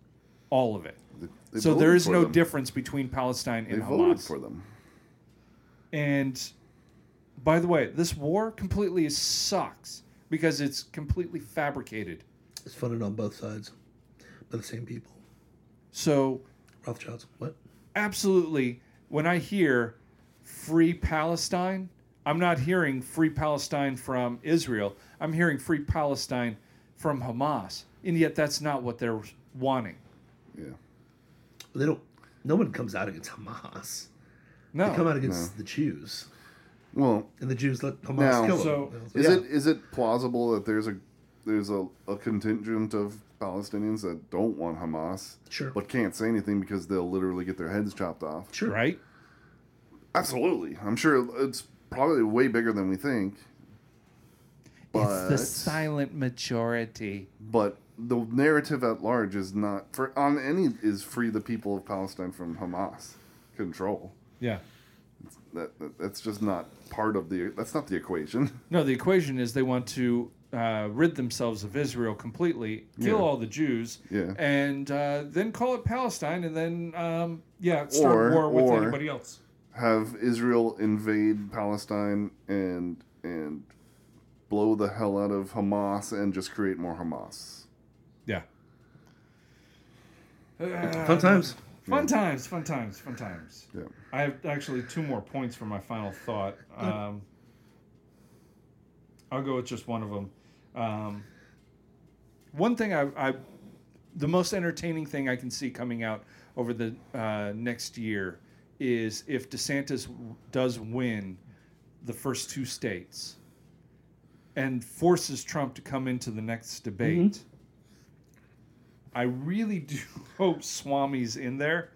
all of it. They- they so voted there is for no them. difference between Palestine They and voted Hamas. for them. And by the way, this war completely sucks because it's completely fabricated. It's funded on both sides by the same people. So Rothschilds. What? absolutely when i hear free palestine i'm not hearing free palestine from israel i'm hearing free palestine from hamas and yet that's not what they're wanting Yeah. They don't. No one comes out against Hamas. They come no out against the Jews, Well, and the Jews let Hamas Now- kill them. So- is yeah. it is it plausible that there's a there's a, a contingent of Palestinians that don't want Hamas sure? but can't say anything because they'll literally get their heads chopped off? sure. right Absolutely. I'm sure it's probably way bigger than we think. But majority but the narrative at large is not for on any is free the people of Palestine from Hamas control. yeah That, that that's just not part of the that's not the equation. no the equation is they want to uh, rid themselves of israel completely kill Yeah. all the jews Yeah. and uh, then call it palestine and then um, yeah start Or- war with or- anybody else Have Israel invade Palestine and and blow the hell out of Hamas and just create more Hamas. yeah Fun times. Uh, Fun times, fun times, fun times. Yeah. I have actually two more points for my final thought. Um, I'll go with just one of them. Um, one thing I, I, the most entertaining thing I can see coming out over the uh, next year is if DeSantis w- does win the first two states and forces Trump to come into the next debate. I really do hope Swami's in there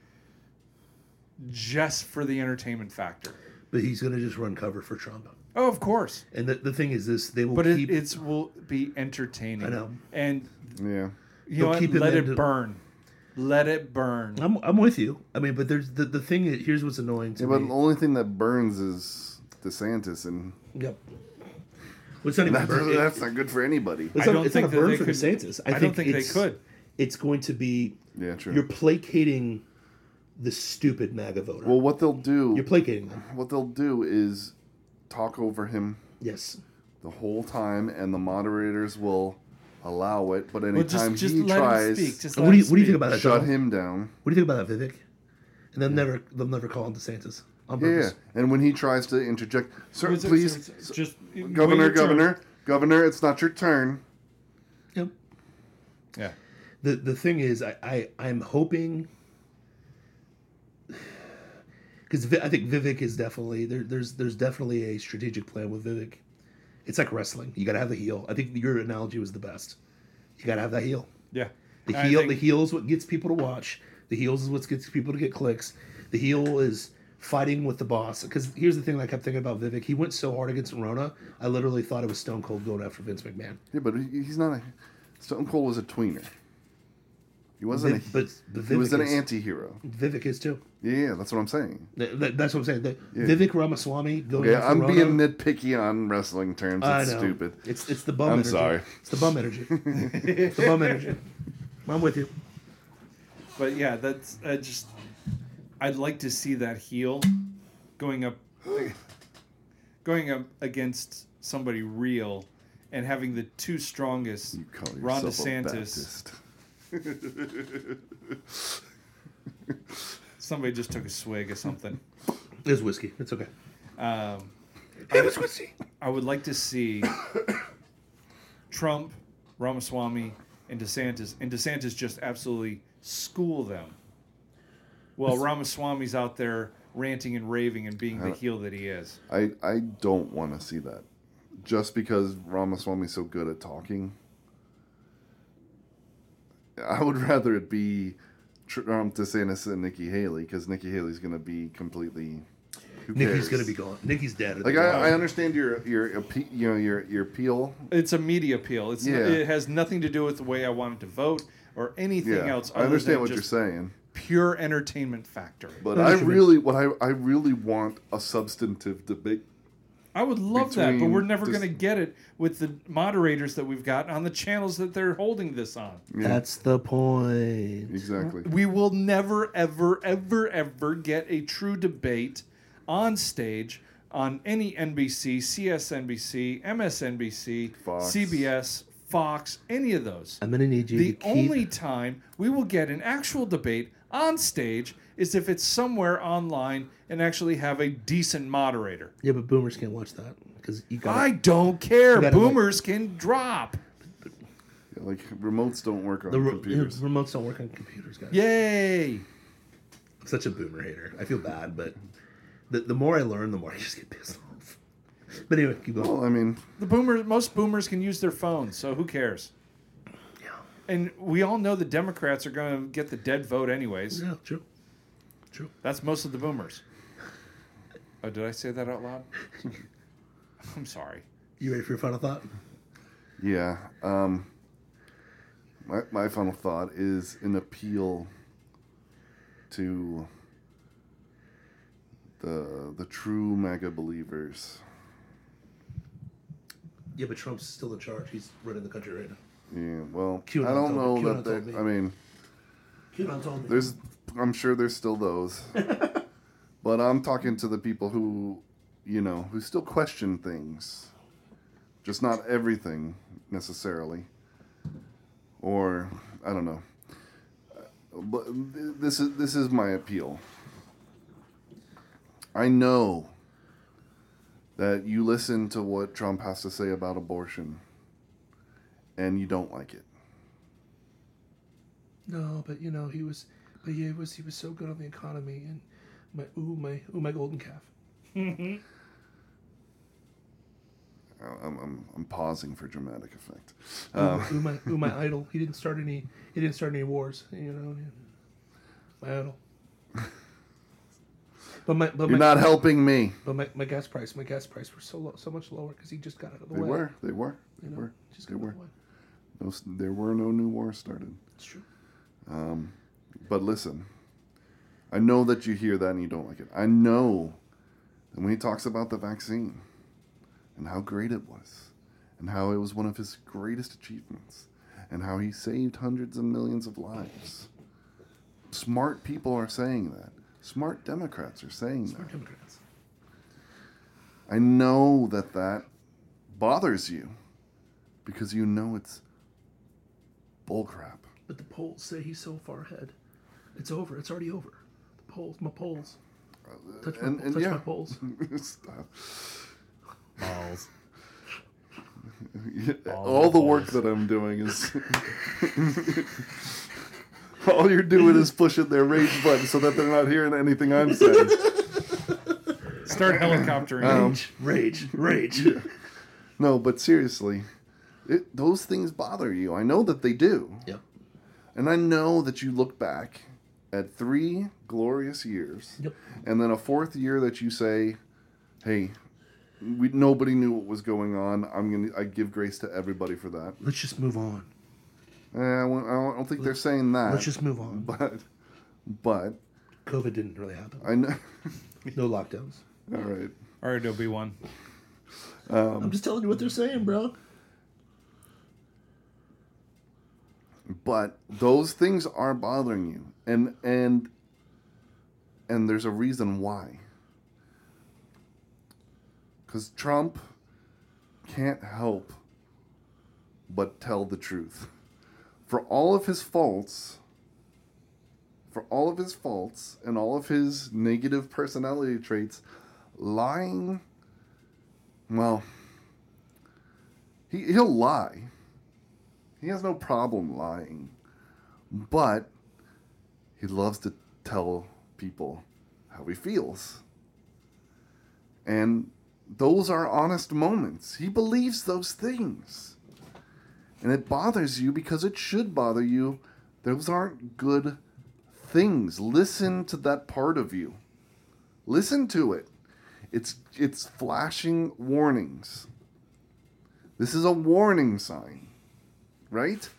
just for the entertainment factor. But he's going to just run cover for Trump. Oh, of course. And the, the thing is, this they will But it, keep. it's will be entertaining. I know. And Yeah. you know, They'll what? keep him let into- it burn. Let it burn. I'm, I'm with you. I mean, but there's the, the thing. Is, here's what's annoying to yeah but me. the only thing that burns is DeSantis and Yep. What's not even that's, burn- it- that's not good for anybody. it's I not- don't it's think not a that burn they for could- DeSantis. I, I don't think they it's- could. It's going to be Yeah, true. you're placating the stupid MAGA voter. well, what they'll do you're placating them. what they'll do is talk over him Yes. the whole time, and the moderators will allow it. But Well, anytime just just he let him tries, speak. Just And let what do you him what do you think speak. about that? shut Donald? him down. What do you think about that, Vivek? And they'll never they'll never call him DeSantis on Yeah, purpose. and when he tries to interject, sir, It's- it's- please, it's just uh, wait governor, your turn. governor, governor, it's not your turn. Yep. Yeah. The the thing is, I, I I'm hoping because I think Vivek is definitely there. There's there's definitely a strategic plan with Vivek. It's like wrestling. You got to have the heel. I think your analogy was the best. You got to have that heel. Yeah. The I heel, think- the heel is what gets people to watch. The heels is what gets people to get clicks. The heel is fighting with the boss. Because here's the thing that I kept thinking about Vivek. He went so hard against Rona, I literally thought it was Stone Cold going after Vince McMahon. Yeah, but he- he's not a Stone Cold was a tweener. He wasn't. Viv- a, but, but Vivek, he was an is, anti-hero. Vivek is too. Yeah, that's what I'm saying. Th- th- that's what I'm saying. The, Vivek Ramaswamy going Yeah, after I'm Rona. being nitpicky on wrestling terms. I It's know. stupid. It's it's the bum. I'm energy. sorry. It's the bum energy. it's the bum energy. I'm with you. But yeah, that's I just I'd like to see that heel going up going up against somebody real and having the two strongest You call yourself Ron a DeSantis. Baptist. Somebody just took a swig of something. It's whiskey. It's okay. Um, It was whiskey. I would like to see Trump, Ramaswamy, and DeSantis, and DeSantis just absolutely school them. Well, Ramaswamy's out there ranting and raving and being the Uh, heel that he is. I I don't want to see that, just because Ramaswamy's so good at talking. I would rather it be Trump, DeSantis, and Nikki Haley because Nikki Haley's going to be completely. Who cares? Nikki's gonna be gone. Nikki's dead. at Like the I, I bottom. understand your your appe- you know your your appeal. It's a media appeal. It's Yeah. it has nothing to do with the way I wanted to vote or anything Yeah, else. I understand what just you're saying, Pure entertainment factor. but No, I you should be- really what I I really want a substantive debate. I would love that, but Between we're never dis- going to get it with the moderators that we've got on the channels that they're holding this on. That's the point. Exactly. We will never, ever, ever, ever get a true debate on stage on any NBC, CSNBC, MSNBC, Fox. CBS, Fox, any of those. I'm gonna need you The to keep. only time we will get an actual debate on stage is if it's somewhere online and actually have a decent moderator. Yeah, but boomers can't watch that because you got. I don't care. gotta, like- Boomers can drop. Yeah, like remotes don't work on The re- computers. the remotes don't work on computers, guys. Yay! I'm such a boomer hater. I feel bad, but the, the more I learn, the more I just get pissed off. But anyway, keep going. well, I mean, The boomers, most boomers can use their phones, so who cares? yeah. And we all know the Democrats are going to get the dead vote anyways. yeah, true. True. That's most of the boomers. Oh, did I say that out loud? I'm sorry. You ready for your final thought? yeah. Um, my my final thought is an appeal to the the true mega believers. Yeah, but Trump's still in charge. He's running the country right now. Yeah, well, QAnon I don't know told me- QAnon that told they. me. I mean, QAnon told me. there's. I'm sure there's still those, but I'm talking to the people who, you know, who still question things, just not everything necessarily. Or I don't know. But th- this is this is my appeal. I know that you listen to what Trump has to say about abortion, and you don't like it. no, but you know he was, but yeah, he was he was so good on the economy and my ooh my ooh my golden calf. I'm, I'm, I'm pausing for dramatic effect. Ooh, Um, ooh my ooh my idol. He didn't start any he didn't start any wars. You know, my idol. But my but You're my, not helping me. But my, my gas price, my gas price were so low, so much lower because he just got out of the They way. were. They were. They you know, were. just They got out were. of the way. No, s- there were no new wars started. It's true. But listen, I know that you hear that and you don't like it. I know that when he talks about the vaccine and how great it was and how it was one of his greatest achievements and how he saved hundreds of millions of lives. Smart people are saying that. Smart Democrats are saying that. We're Democrats. I know that that bothers you because you know it's bullcrap. But the polls say he's so far ahead. It's over. It's already over. The polls, my polls. Touch my, and- and touch yeah. my polls. Stop. Balls. all the work that I'm doing is. all you're doing is pushing their rage button so that they're not hearing anything I'm saying. Start helicoptering. Um, Rage, rage, rage. No, but seriously, it, those things bother you. I know that they do. Yep. And I know that you look back at three glorious years, Yep. and then a fourth year that you say, "Hey, we, nobody knew what was going on. I'm gonna I give grace to everybody for that." Let's just move on. Eh, I won't- I don't think they're saying that. Let's just move on. But, but COVID didn't really happen. I know. No lockdowns. All right. All right, it'll be one. I'm just telling you what they're saying, bro. but those things are bothering you and and and there's a reason why because trump can't help but tell the truth for all of his faults for all of his faults and all of his negative personality traits lying well he, he'll lie he has no problem lying, but he loves to tell people how he feels. And those are honest moments. He believes those things. And it bothers you because it should bother you. Those aren't good things. Listen to that part of you. Listen to it. It's it's flashing warnings. This is a warning sign right?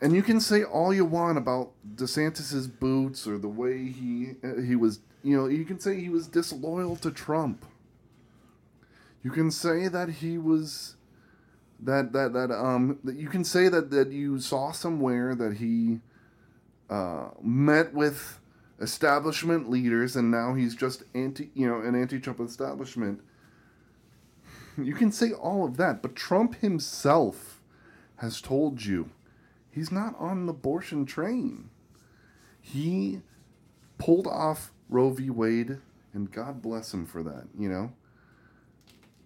And you can say all you want about DeSantis's boots or the way he uh, he was, you know, you can say he was disloyal to Trump. You can say that he was that that that um that you can say that that you saw somewhere that he uh, met with establishment leaders and now he's just anti, you know, an anti-Trump establishment. You can say all of that, but Trump himself has told you he's not on the abortion train. He pulled off Roe v. Wade, and God bless him for that, you know?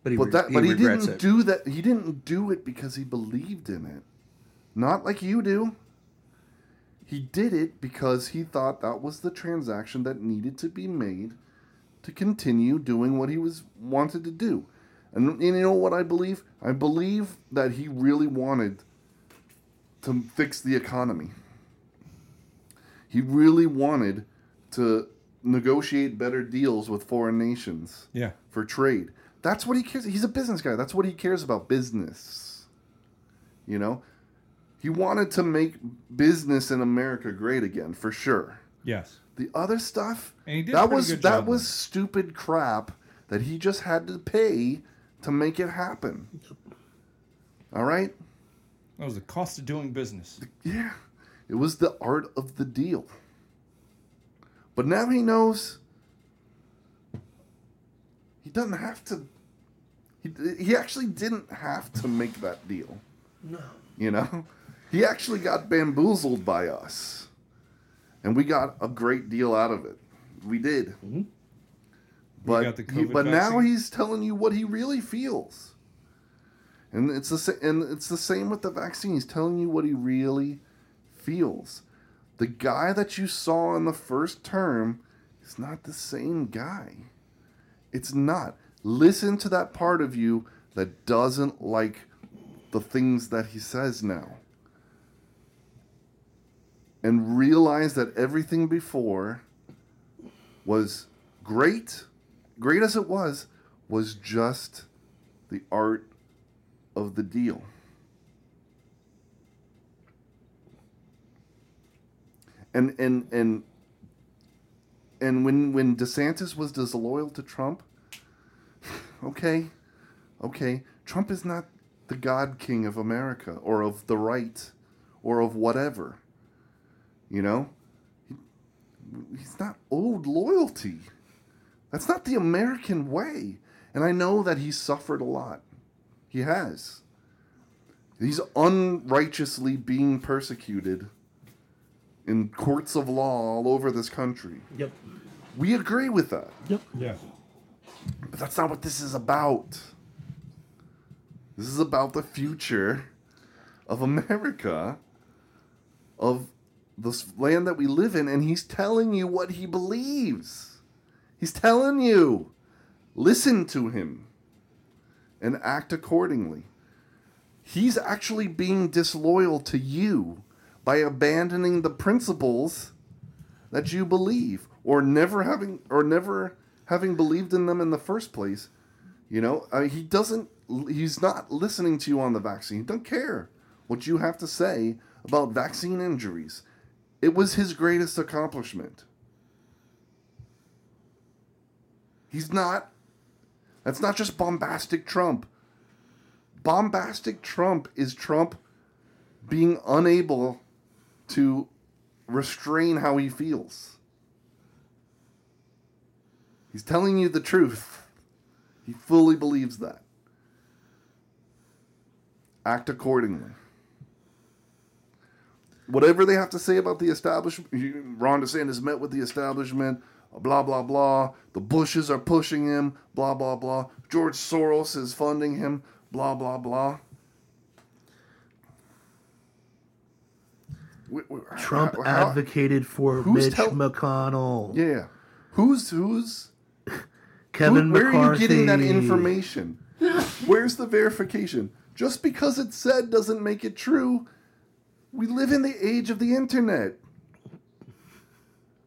But he, But reg- that he but he regrets didn't it. do that he didn't do it because he believed in it. Not like you do. He did it because he thought that was the transaction that needed to be made to continue doing what he was wanted to do. And, and you know what I believe? I believe that he really wanted to fix the economy. He really wanted to negotiate better deals with foreign nations Yeah. for trade. That's what he cares. He's a business guy. That's what he cares about business. You know, he wanted to make business in America great again for sure. Yes. The other stuff And he did a that pretty was good that job was with stupid crap that he just had to pay to make it happen. All right? That was the cost of doing business. Yeah. It was the art of the deal. But now he knows he doesn't have to. He, he actually didn't have to make that deal. No. You know? He actually got bamboozled by us. And we got a great deal out of it. We did. But, Mm-hmm. got the he- COVID but now vaccine. he's telling you what he really feels. And it's the sa- and it's the same with the vaccine. He's telling you what he really feels. The guy that you saw in the first term is not the same guy. It's not. Listen to that part of you that doesn't like the things that he says now. And realize that everything before was great, great as it was, was just the art of the deal. And and and and when when DeSantis was disloyal to Trump, okay, okay, Trump is not the God King of America or of the right or of whatever. You know, He- he's not owed loyalty. That's not the American way. And I know that he's suffered a lot. He has. He's unrighteously being persecuted in courts of law all over this country. Yep. We agree with that. Yep. Yeah. But that's not what this is about. This is about the future of America, of this land that we live in, and he's telling you what he believes. He's telling you, listen to him and act accordingly. He's actually being disloyal to you by abandoning the principles that you believe or never having or never having believed in them in the first place you know I mean, he doesn't he's not listening to you on the vaccine he don't care what you have to say about vaccine injuries it was his greatest accomplishment he's not that's not just bombastic trump bombastic trump is trump being unable to restrain how he feels. He's telling you the truth. He fully believes that. Act accordingly. Whatever they have to say about the establishment, you- Ron DeSantis met with the establishment, blah, blah, blah. The Bushes are pushing him, blah, blah, blah. George Soros is funding him, blah, blah, blah. We- we- Trump how- how- advocated for who's Mitch tell- McConnell. Yeah. Who's who's who, Kevin where are you McCarthy. getting that information? Where's the verification? Just because it's said doesn't make it true. We live in the age of the internet.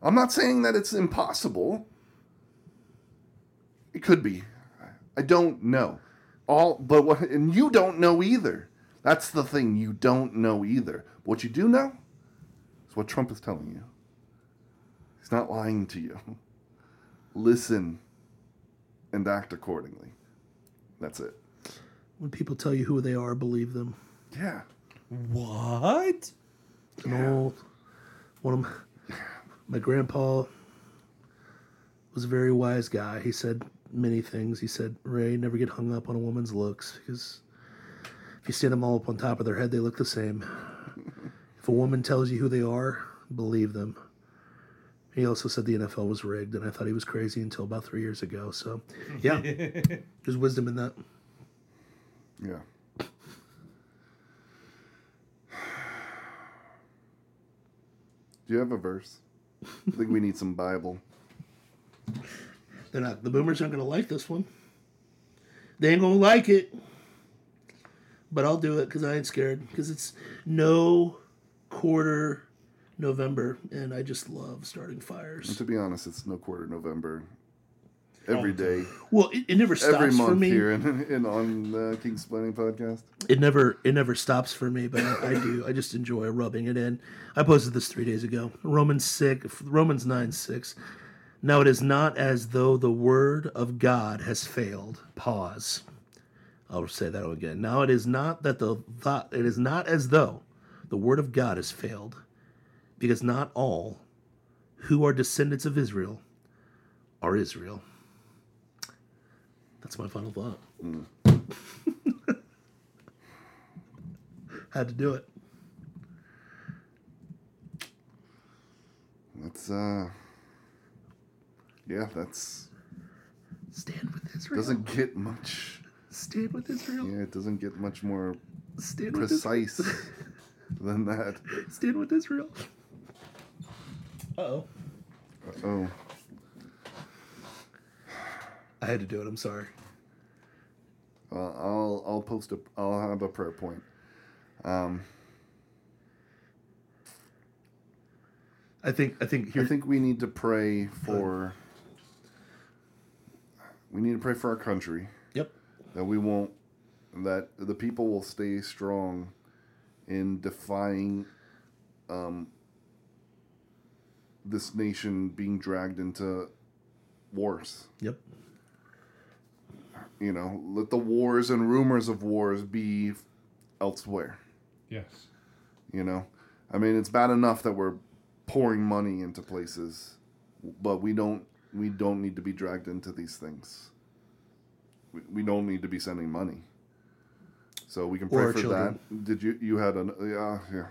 I'm not saying that it's impossible. It could be. I don't know. All but what and you don't know either. That's the thing, you don't know either. What you do know is what Trump is telling you. He's not lying to you. Listen and act accordingly. That's it. When people tell you who they are, believe them. Yeah. What? An old one of my, my grandpa was a very wise guy. He said, many things. He said, Ray, never get hung up on a woman's looks because if you stand them all up on top of their head, they look the same. if a woman tells you who they are, believe them. He also said the NFL was rigged, and I thought he was crazy until about three years ago. So, yeah, there's wisdom in that. Yeah. Do you have a verse? I think we need some Bible. They're not. The boomers aren't going to like this one. They ain't going to like it. But I'll do it because I ain't scared. Because it's no quarter November, and I just love starting fires. To be honest, it's no quarter November. Every day, Well, it, it never Oh, stops every for month me. here and, and on the King's Planning podcast. It never it never stops for me, but I, I do. I just enjoy rubbing it in. I posted this three days ago. Romans six, Romans nine six. Now it is not as though the word of God has failed. Pause. I'll say that again. Now it is not that the thought it is not as though the word of God has failed, because not all who are descendants of Israel are Israel. That's my final thought. Had to do it. That's uh, yeah, that's Stand with Israel. doesn't get much. Stand with Israel. Yeah, it doesn't get much more Stand with Israel. precise than that. Stand with Israel. Oh, Oh, I had to do it. I'm sorry. uh, I'll I'll post a I'll have a prayer point. Um, I think. I think. Here, I think we need to pray for. We need to pray for our country Yep. that we won't that the people will stay strong in defying um, this nation being dragged into wars. Yep. You know, let the wars and rumors of wars be elsewhere. Yes. You know, I mean, it's bad enough that we're pouring money into places, but we don't we don't need to be dragged into these things. We, we don't need to be sending money. So we can Or pray our for children. that. Did you you had an yeah yeah?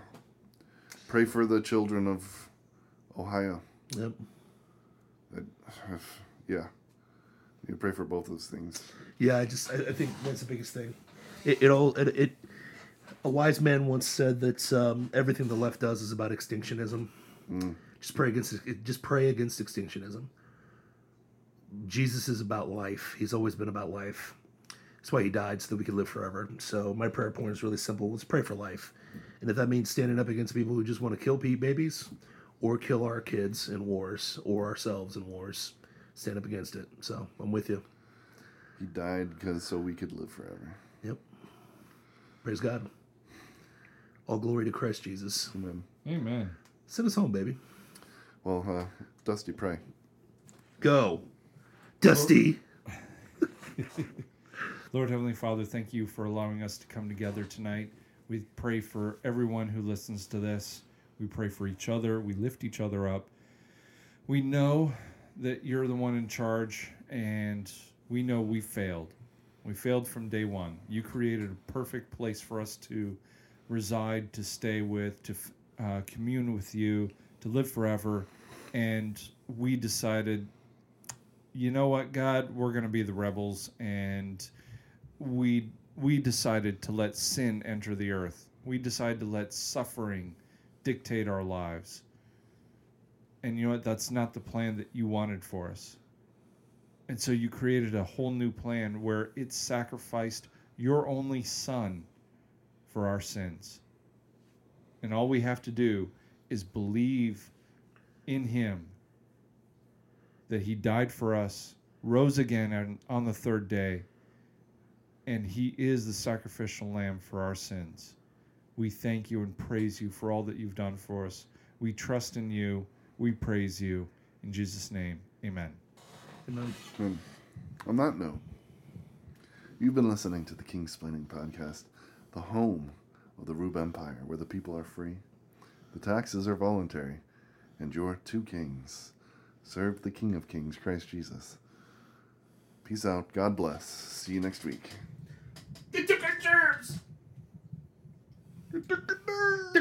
Pray for the children of Ohio. Yep. Yeah, you pray for both those things. Yeah. I just. I, I think that's the biggest thing. It, it all. It, it. A wise man once said that um, everything the left does is about extinctionism. Just pray against. it- Just pray against extinctionism. Jesus is about life. He's always been about life. That's why he died so that we could live forever. So my prayer point is really simple. Let's pray for life. And if that means standing up against people who just want to kill pe- babies or kill our kids in wars or ourselves in wars, stand up against it. So I'm with you. He died because so we could live forever. Yep. Praise God. All glory to Christ Jesus. Amen. Amen. Send us home, baby. Well, uh, Dusty, pray. Go. Dusty. Lord Heavenly Father, thank you for allowing us to come together tonight. We pray for everyone who listens to this. We pray for each other. We lift each other up. We know that you're the one in charge, and we know we failed. We failed from day one. You created a perfect place for us to reside, to stay with, to f- uh, commune with you, to live forever. And we decided, you know what, God, we're going to be the rebels and we we decided to let sin enter the earth. We decided to let suffering dictate our lives. And you know what? That's not the plan that you wanted for us. And so you created a whole new plan where it sacrificed your only son for our sins. And all we have to do is believe in him that he died for us, rose again on, on the third day, and he is the sacrificial lamb for our sins. We thank you and praise you for all that you've done for us. We trust in you. We praise you. In Jesus' name, amen. Amen. On that note, you've been listening to the King's Planning Podcast, the home of the Rube Empire, where the people are free, the taxes are voluntary, and your two kings serve the King of Kings, Christ Jesus. Peace out. God bless. See you next week. They took our germs!